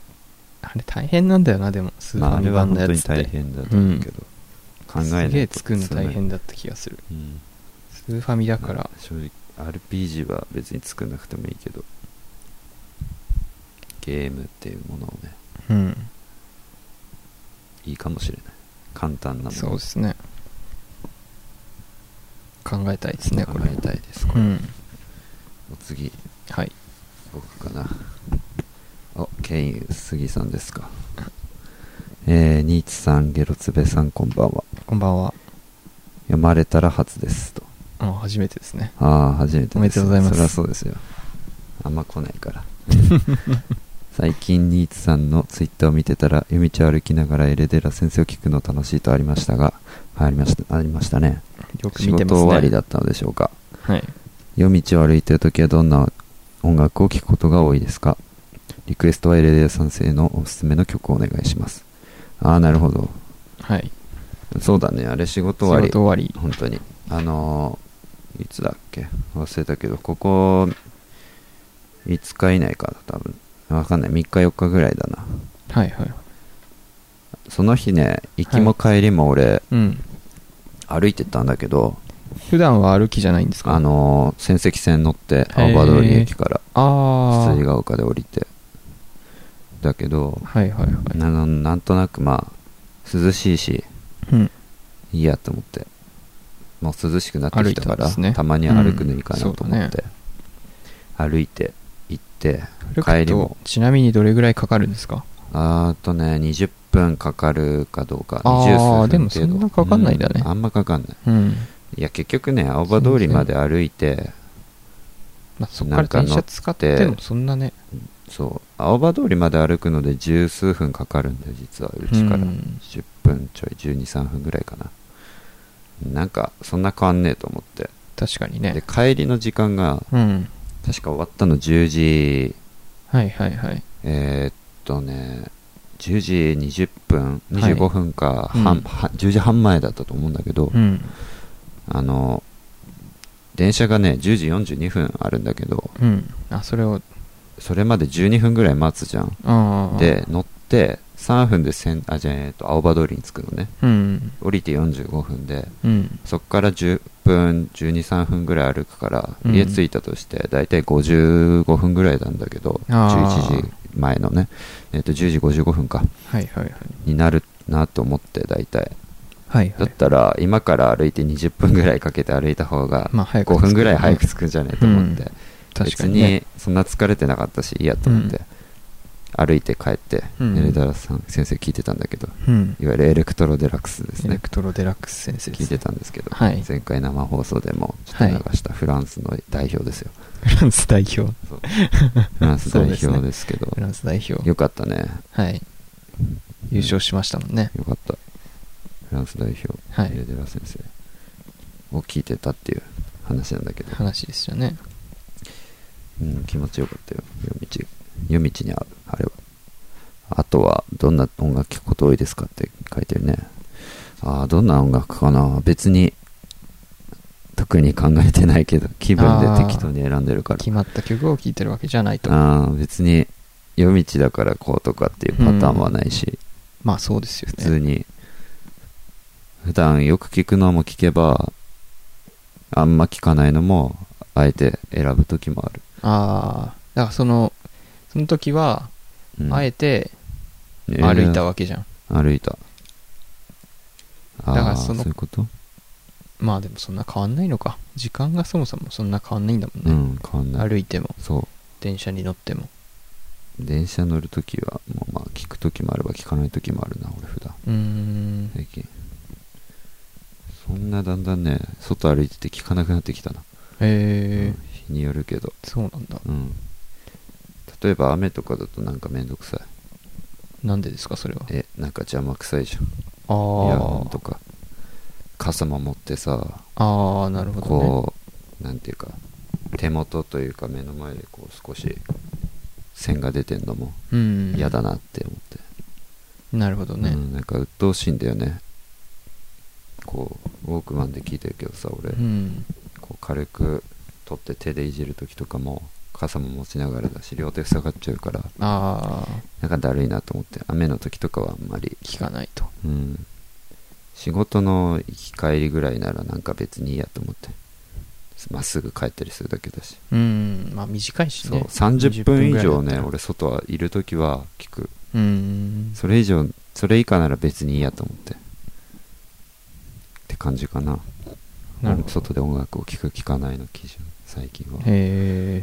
Speaker 4: あれ大変なんだよな、でも、ス
Speaker 3: て、
Speaker 4: ー
Speaker 3: まあ、
Speaker 4: パ
Speaker 3: あれ
Speaker 4: ー
Speaker 3: は
Speaker 4: 版
Speaker 3: 本
Speaker 4: のや
Speaker 3: 当
Speaker 4: つ
Speaker 3: に
Speaker 4: って。
Speaker 3: 大変だと思うけど、考えない
Speaker 4: すげえ
Speaker 3: と
Speaker 4: 作るの
Speaker 3: 進め
Speaker 4: 大
Speaker 3: ない、
Speaker 4: 変だった気がする。
Speaker 3: うん、
Speaker 4: スーファミだから、
Speaker 3: 正直 RPG は別に作んなくてもいいけどゲームっていうものをね
Speaker 4: うん。
Speaker 3: いいかもしれない簡単なもの
Speaker 4: そうですね。考えたいですね、こ
Speaker 3: 考
Speaker 4: れ。
Speaker 3: えたいですこ
Speaker 4: う
Speaker 3: れ、
Speaker 4: ん。
Speaker 3: お次
Speaker 4: はい。
Speaker 3: 僕かなあケイン杉さんですかえー、ニーチさんゲロツベさんこんばんは
Speaker 4: こんばんは。
Speaker 3: 読まれたら初ですと
Speaker 4: あ初めてですね。
Speaker 3: ああ初めてです
Speaker 4: おめでとうございます
Speaker 3: そりゃそうですよあんま来ないから
Speaker 4: (laughs)
Speaker 3: 最近ニーチさんのツイッターを見てたら夜道を歩きながらエレデラ先生を聞くの楽しいとありましたがありましたありましたね
Speaker 4: よく
Speaker 3: 仕
Speaker 4: 見てますね。
Speaker 3: 事終わりだったのでしょうか
Speaker 4: はい。
Speaker 3: 夜道を歩いてるときはどんな音楽を聴くことが多いですかリクエストはエレデ賛成のおすすめの曲をお願いしますああなるほど
Speaker 4: はい。
Speaker 3: そうだねあれ仕事終わり
Speaker 4: 仕事終わり。
Speaker 3: 本当にあのーいつだっけ忘れたけどここ5日以内かな多分わかんない3日4日ぐらいだな
Speaker 4: はいはい。
Speaker 3: その日ね行きも帰りも俺、
Speaker 4: うん。
Speaker 3: 歩いてたんだけど
Speaker 4: 普段は歩きじゃないんですか
Speaker 3: あのー仙石線乗って青葉通り駅から
Speaker 4: あ
Speaker 3: 羊
Speaker 4: ー。
Speaker 3: ヶ丘で降りてだけど
Speaker 4: はいはいはい。
Speaker 3: なななんとなくまあ涼しいし
Speaker 4: うん。
Speaker 3: いいやと思ってもう涼しくなってきたか
Speaker 4: 歩いたん
Speaker 3: ら
Speaker 4: ですね
Speaker 3: たまに歩くのいいかな
Speaker 4: う
Speaker 3: と
Speaker 4: ん
Speaker 3: 思
Speaker 4: そ
Speaker 3: っ
Speaker 4: う
Speaker 3: て、
Speaker 4: だね
Speaker 3: 歩いて行って
Speaker 4: 歩くと
Speaker 3: 帰りも
Speaker 4: ちなみにどれぐらいかかるんですか
Speaker 3: あーとね20分かかるかどうか
Speaker 4: あ
Speaker 3: 20数分程度
Speaker 4: ーでもそんなかかんないんだね
Speaker 3: うあんまかかんない
Speaker 4: うん。
Speaker 3: いや結局ね青葉通りまで歩いて
Speaker 4: まあ、そこから電車使ってもそんなね、
Speaker 3: そう青葉通りまで歩くので十数分かかるんだよ実はうちから、
Speaker 4: うん
Speaker 3: 10分ちょい123分ぐらいかななんかそんな変わんねえと思って
Speaker 4: 確かに
Speaker 3: で
Speaker 4: ね。
Speaker 3: 帰りの時間が
Speaker 4: うん。
Speaker 3: 確か終わったの10時
Speaker 4: はいはいはい。
Speaker 3: えーっとね10時20分
Speaker 4: はい
Speaker 3: 25分か、
Speaker 4: うん
Speaker 3: 半は10時半前だったと思うんだけど、
Speaker 4: うん。
Speaker 3: あの電車がね10時42分あるんだけど
Speaker 4: うん。あ、それを、
Speaker 3: それまで12分ぐらい待つじゃん
Speaker 4: ああ。
Speaker 3: で、乗って3分でせんあじゃあえーっと青葉通りに着くのね
Speaker 4: うん。
Speaker 3: 降りて45分で
Speaker 4: うん。
Speaker 3: そこから10分123分ぐらい歩くから
Speaker 4: うん
Speaker 3: 家着いたとして大体55分ぐらいなんだけど
Speaker 4: あー
Speaker 3: 11時前のね、えっと10時55分か
Speaker 4: はいはいはい。
Speaker 3: になるなと思って大体
Speaker 4: はいは
Speaker 3: だっ
Speaker 4: い。
Speaker 3: たら今から歩いて20分ぐらいかけて歩いた方が
Speaker 4: まあ早く着く
Speaker 3: 5分ぐらい早く着くんじゃねえと思って
Speaker 4: 確か
Speaker 3: 別
Speaker 4: に、ね。
Speaker 3: にそんな疲れてなかったしいいやと思って歩いて帰って、
Speaker 4: うん
Speaker 3: エレダラさん先生聞いてたんだけど、
Speaker 4: うん
Speaker 3: いわゆるエレクトロデラックスです
Speaker 4: エレ
Speaker 3: ね
Speaker 4: クトロデラックス先生で
Speaker 3: 聞い
Speaker 4: す
Speaker 3: てたんですけど、
Speaker 4: はい
Speaker 3: 前回生放送でもちょっと流したフランスの代表ですよ、
Speaker 4: フランス代表
Speaker 3: そうフランス代表ですけど
Speaker 4: フランス代表
Speaker 3: よかったね
Speaker 4: はい優勝しましたもんね
Speaker 3: よかったフランス代表、
Speaker 4: はい
Speaker 3: エレデラ先生を聞いてたっていう話なんだけど、
Speaker 4: 話ですよね
Speaker 3: うん、気持ちよかったよ夜道夜道にあるあれはあとはどんな音楽聴くこと多いですかって書いてるねああどんな音楽かな別に特に考えてないけど気分で適当に選んでるから
Speaker 4: 決まった曲を聴いてるわけじゃないと
Speaker 3: ああ別に夜道だからこうとかっていうパターンはないし、
Speaker 4: まあそうですよ
Speaker 3: 普通
Speaker 4: ね
Speaker 3: に普段よく聞くのも聞けばあんま聞かないのもあえて選ぶ時もある、
Speaker 4: ああだからそのその時は
Speaker 3: うん
Speaker 4: あえて歩いた
Speaker 3: わ
Speaker 4: わけじゃん、
Speaker 3: 歩いたあ
Speaker 4: だか
Speaker 3: あ
Speaker 4: ら
Speaker 3: そ
Speaker 4: そうの
Speaker 3: いうこと
Speaker 4: まあでもそんな変わんないのか時間がそもそもそんな変わんないんだもん
Speaker 3: う
Speaker 4: ね、
Speaker 3: ん変わんない
Speaker 4: 歩いても
Speaker 3: そう
Speaker 4: 電車に乗っても
Speaker 3: 電車乗るときはもうまあ聞くときもあれば聞かないときもあるな俺普段
Speaker 4: うーん
Speaker 3: 最近そんなだんだんね外歩いてて聞かなくなってきたな、
Speaker 4: へえ
Speaker 3: うん日によるけど
Speaker 4: そうなんだ
Speaker 3: うん例えば雨とかだとなんかめんどくさい
Speaker 4: なんでですかそれはあ
Speaker 3: えなんか邪魔くさいじゃん
Speaker 4: あ
Speaker 3: イヤホン
Speaker 4: ー
Speaker 3: とか傘も持ってさ
Speaker 4: あーなるほど、ね、
Speaker 3: こうなんていうか手元というか目の前でこう少し線が出てんのも
Speaker 4: うん
Speaker 3: 嫌だなって思って、
Speaker 4: なるほどね、
Speaker 3: うん、なんか鬱陶しいんだよねこうウォークマンで聞いてるけどさ俺、
Speaker 4: うん
Speaker 3: こう軽く取って手でいじる時とかも傘も持ちながらだし両手塞がっちゃうから
Speaker 4: ああ
Speaker 3: なんかだるいなと思って雨の時とかはあんまり、
Speaker 4: 聞かないと
Speaker 3: うん、仕事の行き帰りぐらいならなんか別にいいやと思ってまっすぐ帰ったりするだけだし
Speaker 4: うんまあ短いし
Speaker 3: そう
Speaker 4: ね
Speaker 3: 30分以上
Speaker 4: ぐらいだ
Speaker 3: ね
Speaker 4: ったら
Speaker 3: 俺外はいる時は聞く
Speaker 4: うん
Speaker 3: それ以上それ以下なら別にいいやと思ってって感じかな
Speaker 4: なるほど
Speaker 3: 外で音楽を聴く聴かないの基準最近は
Speaker 4: へ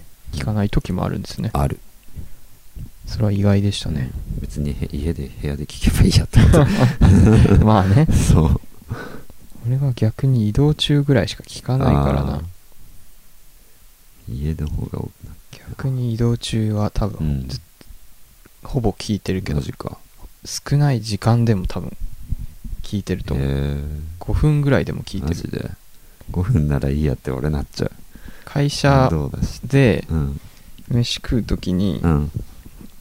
Speaker 4: え聞かない時もあるんですね
Speaker 3: ある
Speaker 4: それは意外でしたね、
Speaker 3: 別にへ家で部屋で聴けばいいやと思っ
Speaker 4: (laughs) まあね
Speaker 3: てそう
Speaker 4: (laughs) 俺は逆に移動中ぐらいしか聞かないからな
Speaker 3: あー家の方が多くな
Speaker 4: 逆に移動中は多分、
Speaker 3: うん
Speaker 4: ずほぼ聞いてるけど
Speaker 3: マジか
Speaker 4: 少ない時間でも多分聞いてると
Speaker 3: へ
Speaker 4: 思う、
Speaker 3: え
Speaker 4: 5分ぐらいでも聞い
Speaker 3: マ
Speaker 4: て
Speaker 3: ジ
Speaker 4: る
Speaker 3: で5分ならいいやって俺なっちゃう
Speaker 4: 会社
Speaker 3: どうだし
Speaker 4: で
Speaker 3: うん
Speaker 4: 飯食う時に、
Speaker 3: うん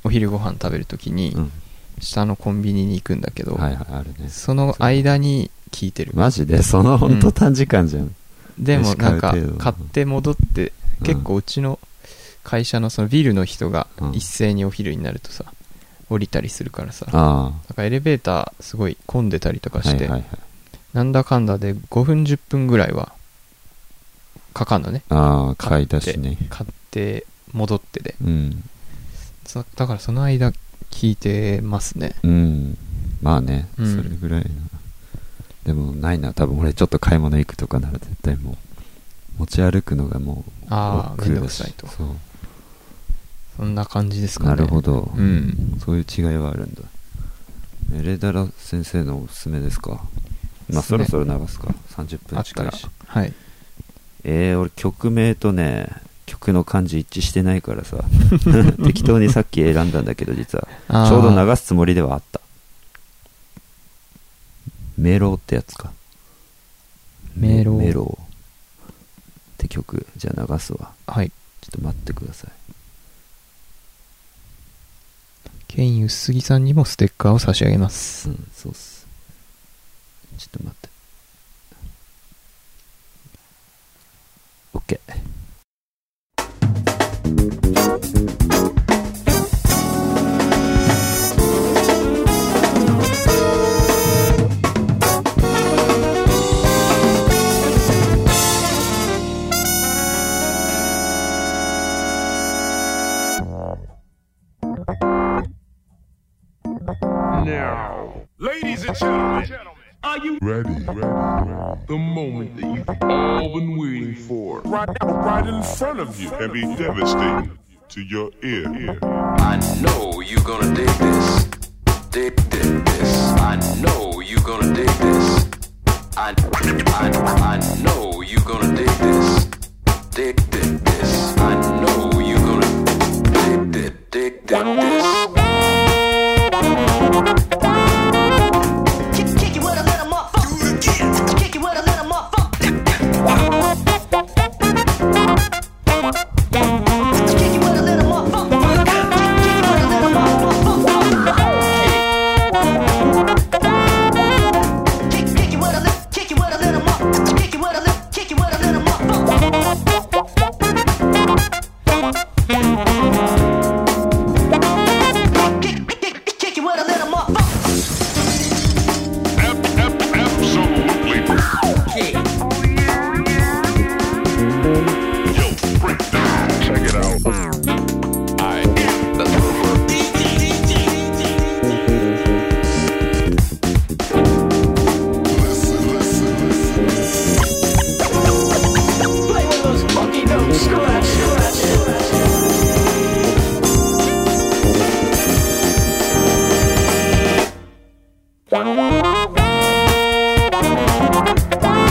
Speaker 4: お昼ご飯食べる時に、
Speaker 3: うん
Speaker 4: 下のコンビニに行くんだけど、
Speaker 3: はいはいあるね
Speaker 4: その間に聞いてる
Speaker 3: マジでそのほんと短時間じゃん、
Speaker 4: でもなんか
Speaker 3: 飯買う程度
Speaker 4: 買って戻って
Speaker 3: うん
Speaker 4: 結構うちの会社のそのビルの人が
Speaker 3: うん
Speaker 4: 一斉にお昼になるとさ降りたりするからさなん
Speaker 3: あ
Speaker 4: かエレベーターすごい混んでたりと
Speaker 3: あ
Speaker 4: か
Speaker 3: は
Speaker 4: し
Speaker 3: いは
Speaker 4: て
Speaker 3: いはい
Speaker 4: なんだかんだで5分10分ぐらいはかかんのね
Speaker 3: ああ買い出しね
Speaker 4: 買って戻ってで
Speaker 3: うん
Speaker 4: そだからその間聞いてますね
Speaker 3: うんまあね、
Speaker 4: うん
Speaker 3: それぐらいなでもないな多分俺ちょっと買い物行くとかなら絶対もう持ち歩くのがもう
Speaker 4: ああ
Speaker 3: 億
Speaker 4: め
Speaker 3: 劫
Speaker 4: んど
Speaker 3: だ
Speaker 4: く
Speaker 3: し
Speaker 4: さいと
Speaker 3: そう
Speaker 4: そんな感じですかね
Speaker 3: なるほど、
Speaker 4: うん
Speaker 3: そういう違いはあるんだエレダラ先生のおすすめですかまあ
Speaker 4: おすす
Speaker 3: そ
Speaker 4: め
Speaker 3: ろそろ流すか30
Speaker 4: あ
Speaker 3: 分
Speaker 4: った
Speaker 3: 近
Speaker 4: ら
Speaker 3: いし
Speaker 4: はい
Speaker 3: えー、俺曲名とね曲の漢字一致してない
Speaker 4: (laughs)
Speaker 3: からさ適当にさっき選んだんだけど実は
Speaker 4: あー
Speaker 3: ちょうど流すつもりではあったメロってやつか
Speaker 4: メロ
Speaker 3: メロって曲じゃあ流すわ
Speaker 4: はい
Speaker 3: ちょっと待ってください
Speaker 4: ケイン薄杉さんにもステッカーを差し上げます
Speaker 3: うんそうっすちょっと待って OK
Speaker 1: Ladies and gentlemen, are you ready? The moment that you've all been waiting for, right, right in front of you, can be devastating to your ear.
Speaker 2: I know you gonna dig this. Dig, dig this. I know you gonna dig this. I, I, I know you gonna dig this. Dig, dig this. I know you gonna dig, dig, dig, dig this.
Speaker 5: Kick, kick it with a little motherfucker. Do it again. Kick it with a little motherfucker. Kick it with a little motherfucker. Kick it with a little motherfucker. Kick, kick it with a little, kick it with a little motherfucker. Kick it with a little, kick it with a little motherfucker. Kick, kick, kick it with a little motherfucker.
Speaker 6: Absolutely. Yo, break down. Check it out.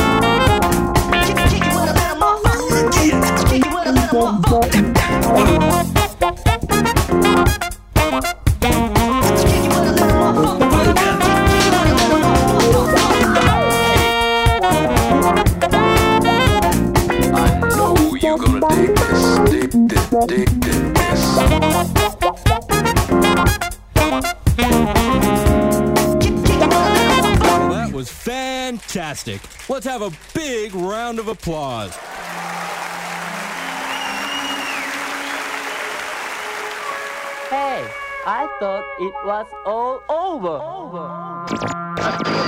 Speaker 5: Kick it with a little motherfucker. Kick it with a little motherfucker. Kick it with a little motherfucker. Kick it with a little motherfucker.
Speaker 2: I know you're gonna dig this, dig, dig, dig, dig this.
Speaker 5: Kick kick it with a little motherfucker.
Speaker 7: Well, that was fantastic. Let's have a big round of applause.
Speaker 8: Hey, I thought it was all over. Over.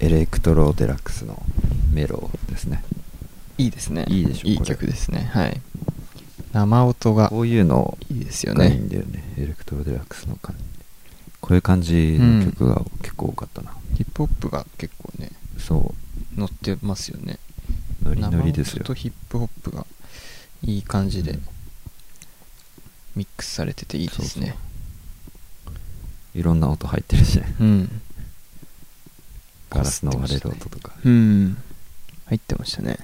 Speaker 3: エレクトロデラックスのメロですね
Speaker 4: いいですね
Speaker 3: いいでしょ
Speaker 4: いい
Speaker 3: これ
Speaker 4: 曲ですねはい生音が
Speaker 3: こういうの
Speaker 4: いいですよ
Speaker 3: がいい
Speaker 4: ね
Speaker 3: んだよねエレクトロデラックスの感じこういう感じの曲が結構多かったな、
Speaker 4: ヒップホップが結構ね
Speaker 3: そ
Speaker 4: 乗ってますよね
Speaker 3: うノリノリです
Speaker 4: 生
Speaker 3: よ
Speaker 4: 音とヒップホップがいい感じでミックスされてていいですね
Speaker 3: いろんな音入ってるしね
Speaker 4: うん
Speaker 3: ガラスの割れる音とか、
Speaker 4: うん入ってましたね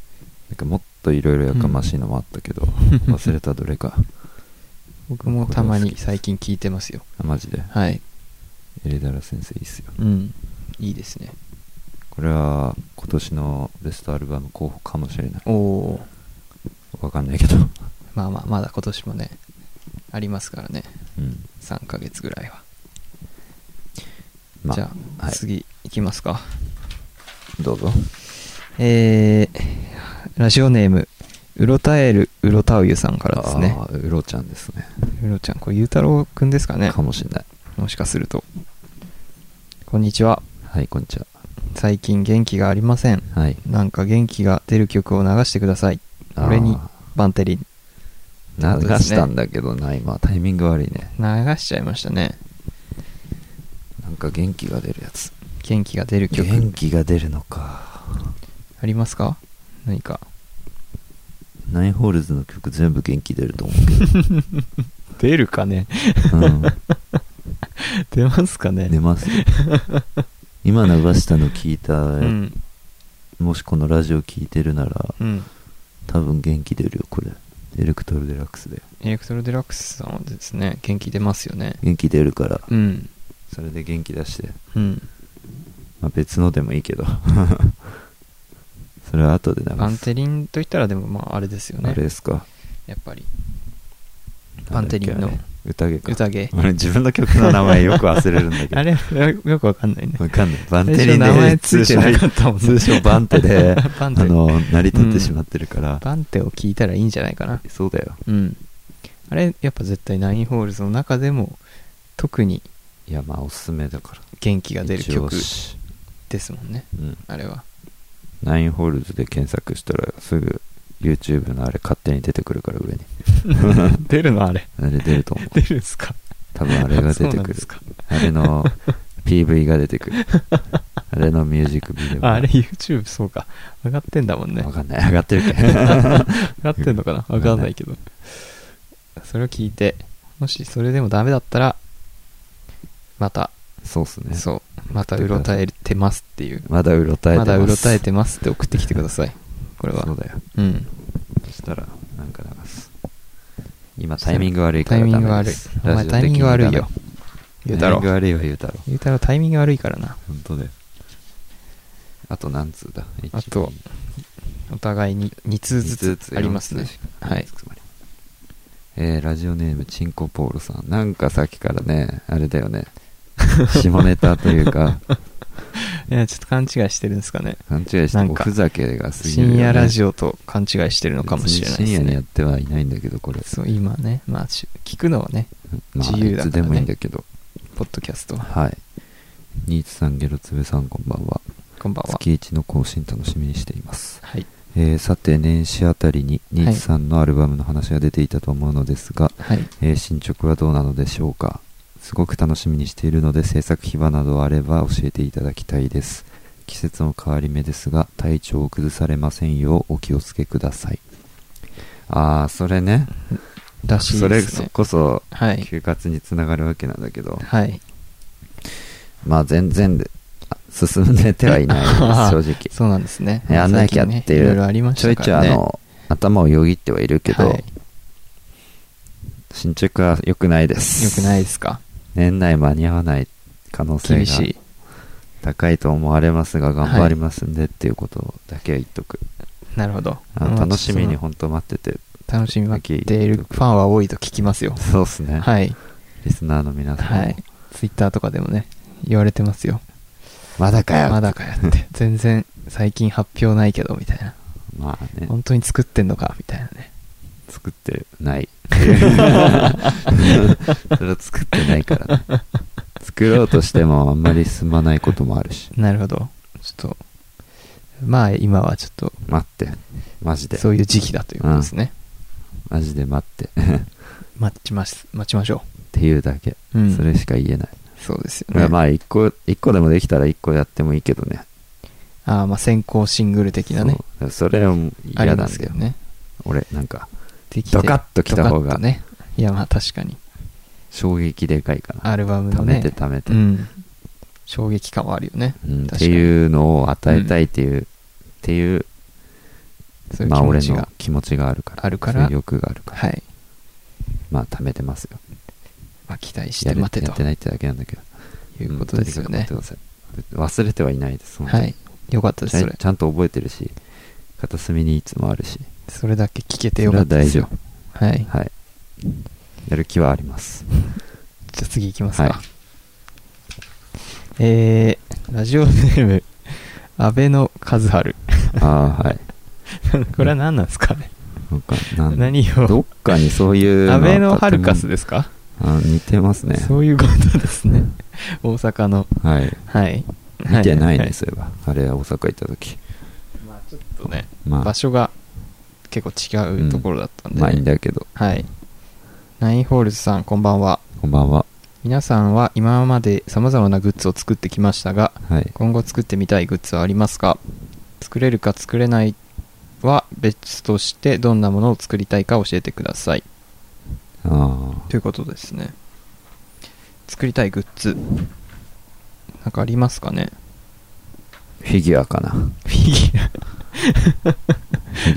Speaker 4: (laughs)
Speaker 3: なんかもっといろいろやかましいのもあったけど、忘れたどれか
Speaker 4: 僕もたまに最近聞いてますよ。
Speaker 3: あマジで
Speaker 4: はい。
Speaker 3: エレダラ先生いいっすよ
Speaker 4: うん。いいですね。
Speaker 3: これは今年のベストアルバム候補かもしれない
Speaker 4: おおー。
Speaker 3: わかんないけ
Speaker 4: (laughs)
Speaker 3: ど
Speaker 4: まあまあ、まだ今年もね、ありますからね。
Speaker 3: うん
Speaker 4: 3ヶ月ぐらいは。
Speaker 3: まあ
Speaker 4: じゃあ、
Speaker 3: はい
Speaker 4: 次いきますか。
Speaker 3: どうぞ
Speaker 4: えー、ラジオネーム、うろたえるうろたうゆさんからですね
Speaker 3: あ。ーうろちゃんですね
Speaker 4: うろちゃん、これゆうたろうくんですかね
Speaker 3: か。もしれない
Speaker 4: もしかすると。こんにちは。
Speaker 3: はいこんにちは
Speaker 4: 最近元気がありません。
Speaker 3: はい
Speaker 4: なんか元気が出る曲を流してください。
Speaker 3: あー
Speaker 4: 俺にバンテリン。
Speaker 3: 流したんだけどな今タイミング悪いね
Speaker 4: 流しちゃいましたね。
Speaker 3: なんか元気が出るやつ
Speaker 4: 元気が出る曲
Speaker 3: 元。気が出るのか
Speaker 4: ありますか何か。
Speaker 3: ナインホールズの曲全部元気出ると思うけ
Speaker 4: 出るかね (laughs)
Speaker 3: ど、うん、
Speaker 4: 出ますかね
Speaker 3: 出ます (laughs) よ今流したの聞いた、
Speaker 4: うん。
Speaker 3: もしこのラジオ聞いてるなら
Speaker 4: うん。
Speaker 3: 多分元気出るよこれエレクトロデラックスで
Speaker 4: エレクトロデラックスさんはですね、元気出ますよね。
Speaker 3: 元気出るから
Speaker 4: うん。
Speaker 3: それで元気出して、
Speaker 4: うん。
Speaker 3: まあ、別のでもいいけど (laughs) それは後で流す
Speaker 4: バンテリンといったらでもまああれですよ
Speaker 3: あ
Speaker 4: ね
Speaker 3: れ。ですか
Speaker 4: やっぱり。バンテリンの
Speaker 3: なんだっけあれ宴か
Speaker 4: 宴。
Speaker 3: 俺自分の曲の名前よく忘れるんだ (laughs) けど
Speaker 4: あれ、よくわかんないね。
Speaker 3: わかんないバン
Speaker 4: 最
Speaker 3: テ
Speaker 4: 初
Speaker 3: リンで
Speaker 4: 名前ついてなかったもんね
Speaker 3: 通称バンテで
Speaker 4: バンテ
Speaker 3: あの成り立ってしまってるから、
Speaker 4: バンテを聞いたらいいんじゃないかな。
Speaker 3: そうだよ
Speaker 4: うん。あれ、やっぱ絶対ナインホールズの中でも、特に
Speaker 3: いやまあおすすめだから
Speaker 4: 元気が出る曲
Speaker 3: 一押し
Speaker 4: ですもんね。
Speaker 3: うん
Speaker 4: あれは。
Speaker 3: ナインホールズで検索したらすぐ YouTube のあれ勝手に出てくるから
Speaker 4: (laughs)
Speaker 3: 上に
Speaker 4: 出るのあれ。
Speaker 3: あれ出ると思う
Speaker 4: 出るんすか
Speaker 3: 多分あれが出て
Speaker 4: そうなん
Speaker 3: く
Speaker 4: で
Speaker 3: る
Speaker 4: すか
Speaker 3: あれの PV が出てくるあれのミュージックビデオ
Speaker 4: ああれ YouTube そうか。上がってんだもんね。
Speaker 3: わ
Speaker 4: 上
Speaker 3: かんない上がってるっ
Speaker 4: (laughs)
Speaker 3: け
Speaker 4: がってんのかなわかんないけど。それを聞いて、もしそれでもダメだったら、また、
Speaker 3: そうっすね
Speaker 4: そう、またうろたえてますっていう。
Speaker 3: まだうろたえてま
Speaker 4: ま
Speaker 3: す
Speaker 4: だうろたえてますって送ってきてください。これは。
Speaker 3: そうだよ
Speaker 4: うん。
Speaker 3: そしたらなんか流す今タイミング悪いから
Speaker 4: タイミ
Speaker 3: ダ
Speaker 4: ング
Speaker 3: メ
Speaker 4: 悪
Speaker 3: で
Speaker 4: い
Speaker 3: す。
Speaker 4: お前タイミング悪いよ。
Speaker 3: ラ
Speaker 4: ゆう
Speaker 3: ジ
Speaker 4: た
Speaker 3: オ的にダメタイミ
Speaker 4: ろ
Speaker 3: ング
Speaker 4: う。
Speaker 3: 悪いは言うたろ
Speaker 4: ゆうたろうタイミング悪いからな。
Speaker 3: 本当だよあと何通だ
Speaker 4: あとお互いに2通ずつありますね。はい。
Speaker 3: えー、ラジオネームチンコポールさんなんかさっきからねあれだよね (laughs) 下ネタというか
Speaker 4: いや、ちょっと勘違いしてるんですかね。
Speaker 3: 勘違いし
Speaker 4: な
Speaker 3: て
Speaker 4: ん
Speaker 3: お
Speaker 4: か
Speaker 3: ふざけが過ぎるよね、
Speaker 4: 深夜ラジオと勘違いしてるのかもしれないで
Speaker 3: 別に
Speaker 4: す
Speaker 3: 深夜にやっ
Speaker 4: ね。
Speaker 3: てはいないんだけどこれ、
Speaker 4: そう、今ね、まあ、し聞くのはね、
Speaker 3: まあ、
Speaker 4: 自由だからね
Speaker 3: いつでもいいんだけど
Speaker 4: ポッドキャストは。
Speaker 3: はいニーツさんゲロツベさんこんばんは
Speaker 4: こんばんは。
Speaker 3: 月一の更新楽しみにしています
Speaker 4: はい。
Speaker 3: えーさて年始あたりにニーツさんのアルバムの話が出ていたと思うのですが、
Speaker 4: はい。
Speaker 3: えー進捗はどうなのでしょうかすごく楽しみにしているので制作秘話などあれば教えていただきたいです季節の変わり目ですが体調を崩されませんようお気をつけくださいああそれね
Speaker 4: らしい
Speaker 3: そ
Speaker 4: で
Speaker 3: れ
Speaker 4: す
Speaker 3: そ
Speaker 4: ね。
Speaker 3: こそ
Speaker 4: はい。
Speaker 3: 休活につながるわけなんだけど、
Speaker 4: はい。
Speaker 3: まあ全然であ進んでてはいない
Speaker 4: (laughs)
Speaker 3: です正直
Speaker 4: そうなんですね。
Speaker 3: やんなきゃっていう
Speaker 4: 最近ねいろいろありまし
Speaker 3: ちょ
Speaker 4: た
Speaker 3: い
Speaker 4: か
Speaker 3: ちょい
Speaker 4: ら
Speaker 3: あ
Speaker 4: ね。
Speaker 3: の頭をよぎってはいるけど、
Speaker 4: はい
Speaker 3: 進捗は良くないです
Speaker 4: よくないですか
Speaker 3: 年内間に合わない可能性
Speaker 4: 厳
Speaker 3: が
Speaker 4: しい。
Speaker 3: 高いと思われますが頑張りますんでっていうことだけは言っとく、
Speaker 4: なるほど。
Speaker 3: あの
Speaker 4: まあ
Speaker 3: 楽しみに
Speaker 4: その
Speaker 3: 本当待ってて
Speaker 4: 楽しみに待っているファンは多いと聞きますよ。
Speaker 3: そうっすね、
Speaker 4: はい。
Speaker 3: リスナーの皆さんも、
Speaker 4: はい。ツイッターとかでもね、言われてますよ。
Speaker 3: まだかよ
Speaker 4: まだかよ
Speaker 3: (laughs)
Speaker 4: って。全然最近発表ないけど、みたいな。
Speaker 3: まあね
Speaker 4: 本当に作ってんのか、みたいなね。
Speaker 3: 作ってない (laughs) っていうそれは作ってないから
Speaker 4: (laughs)
Speaker 3: ね作ろうとしてもあんまり進まないこともあるし
Speaker 4: なるほど。ちょっと、まあ今はちょっと、
Speaker 3: 待ってマジで
Speaker 4: そういう時期だということですね。
Speaker 3: マジで待って (laughs) っ
Speaker 4: 待ちます。待ちましょ
Speaker 3: ていうだけ、
Speaker 4: う。うん。
Speaker 3: それしか言えない、
Speaker 4: そうですよね。
Speaker 3: まあ一個一個でもできたら一個やってもいいけどね
Speaker 4: ああ、まあ先行シングル的なね。
Speaker 3: そうそれを
Speaker 4: あり
Speaker 3: 嫌な
Speaker 4: ま
Speaker 3: んだ
Speaker 4: すけ
Speaker 3: よ
Speaker 4: どね。
Speaker 3: 俺なんか
Speaker 4: できて
Speaker 3: ドカッときた方
Speaker 4: ドカッ
Speaker 3: が
Speaker 4: とね。いや、まあ確かに。
Speaker 3: 衝撃でかいかな
Speaker 4: アルバム
Speaker 3: 貯
Speaker 4: の
Speaker 3: め
Speaker 4: ね
Speaker 3: て。貯めて、
Speaker 4: うん。衝撃感はあるよね。
Speaker 3: うんって
Speaker 4: 確かに
Speaker 3: いうのを与えたいっていう、っていう
Speaker 4: そういう
Speaker 3: まあ
Speaker 4: 気持
Speaker 3: 俺
Speaker 4: ち
Speaker 3: の
Speaker 4: が。
Speaker 3: 気持ちがあるから
Speaker 4: あるから
Speaker 3: そういう欲があるから、
Speaker 4: はい。
Speaker 3: まあ貯めてますよ
Speaker 4: まあ、期待し
Speaker 3: や
Speaker 4: て
Speaker 3: る
Speaker 4: 待て
Speaker 3: や
Speaker 4: と
Speaker 3: ってないってだけなんだけど
Speaker 4: いうことですよね
Speaker 3: うんと。にかく待ってください忘れてはいないです
Speaker 4: は
Speaker 3: 本
Speaker 4: い。よかった
Speaker 3: 当にちゃ
Speaker 4: です、そ
Speaker 3: ん
Speaker 4: れ。
Speaker 3: ちゃんと覚えてるし片隅にいつもあるし
Speaker 4: それだけ聞けて
Speaker 3: それ
Speaker 4: よか
Speaker 3: は
Speaker 4: ったで
Speaker 3: 大
Speaker 4: す
Speaker 3: 丈
Speaker 4: よ。
Speaker 3: 夫
Speaker 4: はい。
Speaker 3: はいやる気はあります
Speaker 4: じゃあ次行きますか。
Speaker 3: はい
Speaker 4: えー、ラジオネーム、安倍の和春。 (laughs)
Speaker 3: ああはい
Speaker 4: これは何なんですかね
Speaker 3: なんかなん
Speaker 4: 何
Speaker 3: ど
Speaker 4: を
Speaker 3: っかにそういう
Speaker 4: 安倍のハル
Speaker 3: ル
Speaker 4: カスですか、
Speaker 3: あ似てますね
Speaker 4: そういうことですね。大阪の。
Speaker 3: はい
Speaker 4: はい。
Speaker 3: 見てない
Speaker 4: は
Speaker 3: ねそういえばあれ大阪行った時
Speaker 4: まあちょっとね、
Speaker 3: ま
Speaker 4: 場
Speaker 3: あ
Speaker 4: 所が結構違うところだったんで、ね
Speaker 3: まあいいんだけど
Speaker 4: はい。ナインホールズさん、こんばんは。
Speaker 3: こんばんは
Speaker 4: 皆さんは今まで様々なグッズを作ってきましたが、
Speaker 3: はい
Speaker 4: 今後作ってみたいグッズはありますか作れるか作れないは別としてどんなものを作りたいか教えてください。
Speaker 3: ああ
Speaker 4: ということですね。作りたいグッズ。なんかありますかね
Speaker 3: フィギュアかな
Speaker 4: フィギュ
Speaker 3: フ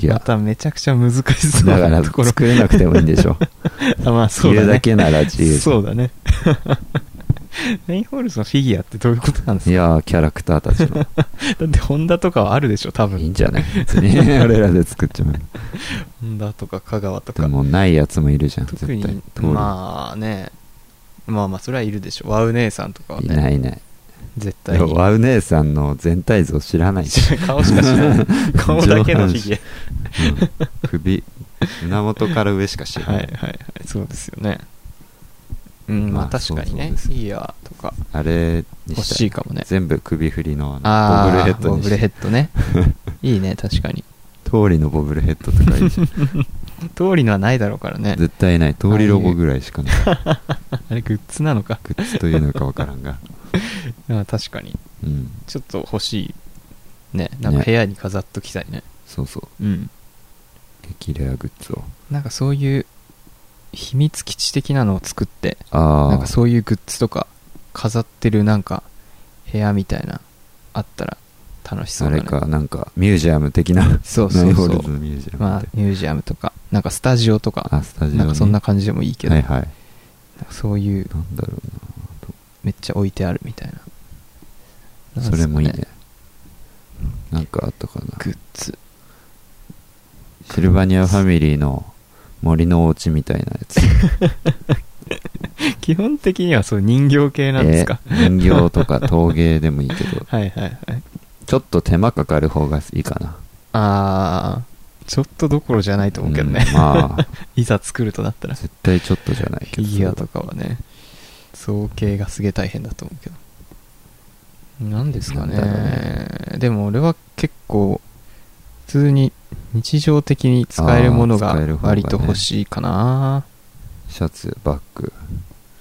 Speaker 3: ィギ
Speaker 4: ア。
Speaker 3: ュ
Speaker 4: ま
Speaker 3: ア
Speaker 4: ためちゃくちゃ難しそう
Speaker 3: だか
Speaker 4: な
Speaker 3: ら
Speaker 4: ところ。
Speaker 3: 作れなくてもいいんでしょ
Speaker 4: あまあ
Speaker 3: 着
Speaker 4: (laughs) そうだ
Speaker 3: る
Speaker 4: ね。
Speaker 3: だけなら自由
Speaker 4: そうだね。 (laughs) ナインホールズのフィギュアってどういうことなんです
Speaker 3: い
Speaker 4: か
Speaker 3: やーキャラクターたちの
Speaker 4: (laughs) だってホンダとかはあるでしょ、多
Speaker 3: いいん
Speaker 4: 分。
Speaker 3: じゃない別
Speaker 4: (laughs)
Speaker 3: に俺らで作っちゃう
Speaker 4: ホンダとか香川と
Speaker 3: で
Speaker 4: か。
Speaker 3: もないやつもいるじゃん絶
Speaker 4: 特
Speaker 3: 対
Speaker 4: に、
Speaker 3: 通る
Speaker 4: まあね。まあまあ、それはいるでしょ。ワウ姉さんとかはいね。
Speaker 3: ないいない
Speaker 4: 絶
Speaker 3: で
Speaker 4: 対
Speaker 3: も
Speaker 4: に。
Speaker 3: ワウ姉さんの全体像知らないじゃん
Speaker 4: 顔しか知ら
Speaker 3: (laughs)
Speaker 4: ない。 (laughs) 顔だけのフィギ
Speaker 3: う
Speaker 4: ュ
Speaker 3: ん首胸元から上しか知
Speaker 4: ア。
Speaker 3: ら
Speaker 4: は
Speaker 3: な
Speaker 4: いはい
Speaker 3: い、
Speaker 4: はい。そうですよね。うん、まあ
Speaker 3: まあ
Speaker 4: 確かに
Speaker 3: そうそ
Speaker 4: ね。フ
Speaker 3: うです
Speaker 4: ィギュアとか
Speaker 3: あれに
Speaker 4: 欲
Speaker 3: した
Speaker 4: し
Speaker 3: い
Speaker 4: いかもね。
Speaker 3: 全部首振りのあの
Speaker 4: あ
Speaker 3: ボブルヘ
Speaker 4: あ
Speaker 3: ッ
Speaker 4: ー、
Speaker 3: ド
Speaker 4: ボ
Speaker 3: に
Speaker 4: ブ
Speaker 3: し
Speaker 4: ル
Speaker 3: て
Speaker 4: ヘッ
Speaker 3: (laughs)
Speaker 4: ドね。いいね、確かに。
Speaker 3: 通りのボブルヘッドとかいい
Speaker 4: (laughs)
Speaker 3: じゃん
Speaker 4: 通りのはないだろうからね。
Speaker 3: 絶対ない通りロボぐらいしかない
Speaker 4: あれグッズなのか。
Speaker 3: グッズというのかわからんが
Speaker 4: あ確かに。
Speaker 3: うん
Speaker 4: ちょっと欲しい。ね、なんか
Speaker 3: ね
Speaker 4: 部屋に飾っときたいね。
Speaker 3: そうそう
Speaker 4: うん。
Speaker 3: 激レアグッズを
Speaker 4: なんかそういう秘密基地的なのを作って、
Speaker 3: ああ
Speaker 4: なんかそういうグッズとか飾ってるなんか部屋みたいなあったら楽しそう
Speaker 3: あ
Speaker 4: だね。
Speaker 3: れか、なんか、ミュージアム的な。
Speaker 4: そうそうそう
Speaker 3: (laughs) ナイフォールズのミュージアム
Speaker 4: まあ
Speaker 3: って。
Speaker 4: ミュージアムとか、なんかスタジオとか、
Speaker 3: あ、スタジオに。
Speaker 4: なんかそんな感じでもいいけど、
Speaker 3: はいはい。
Speaker 4: なんかそういう
Speaker 3: なんだろう
Speaker 4: めっちゃ置いてあるみたいな。
Speaker 3: な。それもいい
Speaker 4: なんす
Speaker 3: ね。なんかあったかな
Speaker 4: か。ね。グッズ。
Speaker 3: シルバニアファミリーの森のお家みたいなやつ。
Speaker 4: (laughs) 基本的にはそう人形系 (laughs) なんですか。
Speaker 3: えー人形とか陶芸でもいいけど、 (laughs)
Speaker 4: はいはいはい。
Speaker 3: ちょっと手間かかる方がいいかな。
Speaker 4: あー、ちょっとどころじゃないと思うけどね。
Speaker 3: うんまあ、
Speaker 4: (laughs) いざ作るとなったら。
Speaker 3: 絶対ちょっとじゃない
Speaker 4: フ
Speaker 3: けど。
Speaker 4: ィギュアとかはね造形がすげえ大変だと思うけど何ですかね
Speaker 3: なんだろ
Speaker 4: でも俺は結構普通に日常的に使えるもの
Speaker 3: あ
Speaker 4: が
Speaker 3: ー使える方がね
Speaker 4: 割と欲しいかな、
Speaker 3: シャツ、バッグ、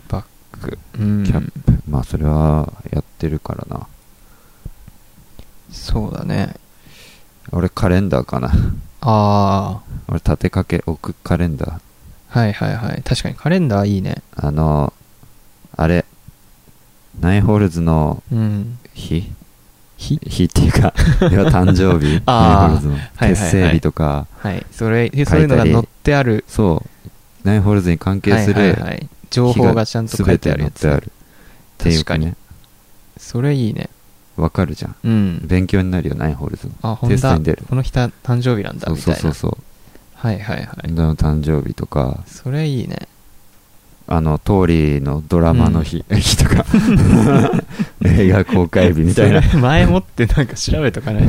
Speaker 4: バッ
Speaker 3: グ
Speaker 4: うん
Speaker 3: キャップ。まあ、それはやってるからな。
Speaker 4: そうだね
Speaker 3: 俺、カレンダーかな。 (laughs)
Speaker 4: ああ
Speaker 3: 俺、立てかけ、置くカレンダー。
Speaker 4: はいはいはい確かにカレンダーいいね
Speaker 3: あの、あれ、ナインホールズの
Speaker 4: うん
Speaker 3: 日
Speaker 4: 日、
Speaker 3: 日っていうか、要は誕生日ナイ
Speaker 4: あー
Speaker 3: ンホールズの
Speaker 4: いはいはい
Speaker 3: 結成日とか、
Speaker 4: はいそれ
Speaker 3: り
Speaker 4: そういうのが載ってある
Speaker 3: そう、ナインホールズに関係す
Speaker 4: はいはいは
Speaker 3: る
Speaker 4: い、情報がちゃんと書いてあるやつ
Speaker 3: 全て載ってある。っていう
Speaker 4: 確か
Speaker 3: か
Speaker 4: に
Speaker 3: ね、
Speaker 4: それいいね
Speaker 3: わかるじゃん。
Speaker 4: うん
Speaker 3: 勉強になるよ、ナインホールズの。
Speaker 4: あ本
Speaker 3: テスト
Speaker 4: 当
Speaker 3: に出る
Speaker 4: この人は誕生日なんだ
Speaker 3: そう
Speaker 4: み
Speaker 3: そ
Speaker 4: たいうな
Speaker 3: そうそう。
Speaker 4: はいはいは
Speaker 3: 俺
Speaker 4: い。
Speaker 3: の誕生日とか、
Speaker 4: それいいね。
Speaker 3: あの、通りのドラマの日、日と
Speaker 4: (laughs)
Speaker 3: か、映画公開日みたいな、
Speaker 4: それ前もってなんか調べと
Speaker 3: (laughs)
Speaker 4: かない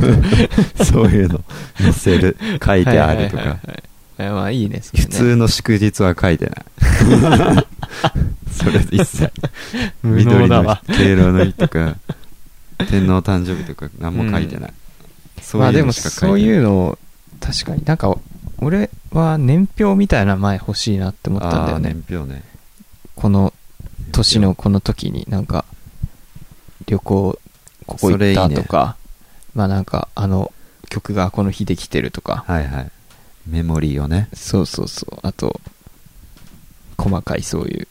Speaker 4: と。
Speaker 3: そういうの載せる、書いてあると
Speaker 4: はいは
Speaker 3: か
Speaker 4: い。はいはい。まあいいね、それ
Speaker 3: 普
Speaker 4: ね
Speaker 3: 通の祝日は書いて
Speaker 4: (laughs)
Speaker 3: ない。それ一切。
Speaker 4: 無能
Speaker 3: 緑
Speaker 4: だ
Speaker 3: の
Speaker 4: わ
Speaker 3: 日、。敬老の日とか、天皇誕生日とか何も書いてない。そう
Speaker 4: まあ
Speaker 3: い
Speaker 4: で
Speaker 3: う
Speaker 4: も
Speaker 3: のしか書
Speaker 4: そう
Speaker 3: いて
Speaker 4: い
Speaker 3: な
Speaker 4: う
Speaker 3: い。
Speaker 4: のを、確かになんか、俺は年表みたいな前欲しいなって思ったんだよ
Speaker 3: あ
Speaker 4: ね。
Speaker 3: ー年表ね。
Speaker 4: この年のこの時になんか、旅行、ここ行ったとか、まあなんか、あの、曲がこの日できてるとか、
Speaker 3: はいはい。メモリーをね。
Speaker 4: そうそうそう。あと、細かいそういう、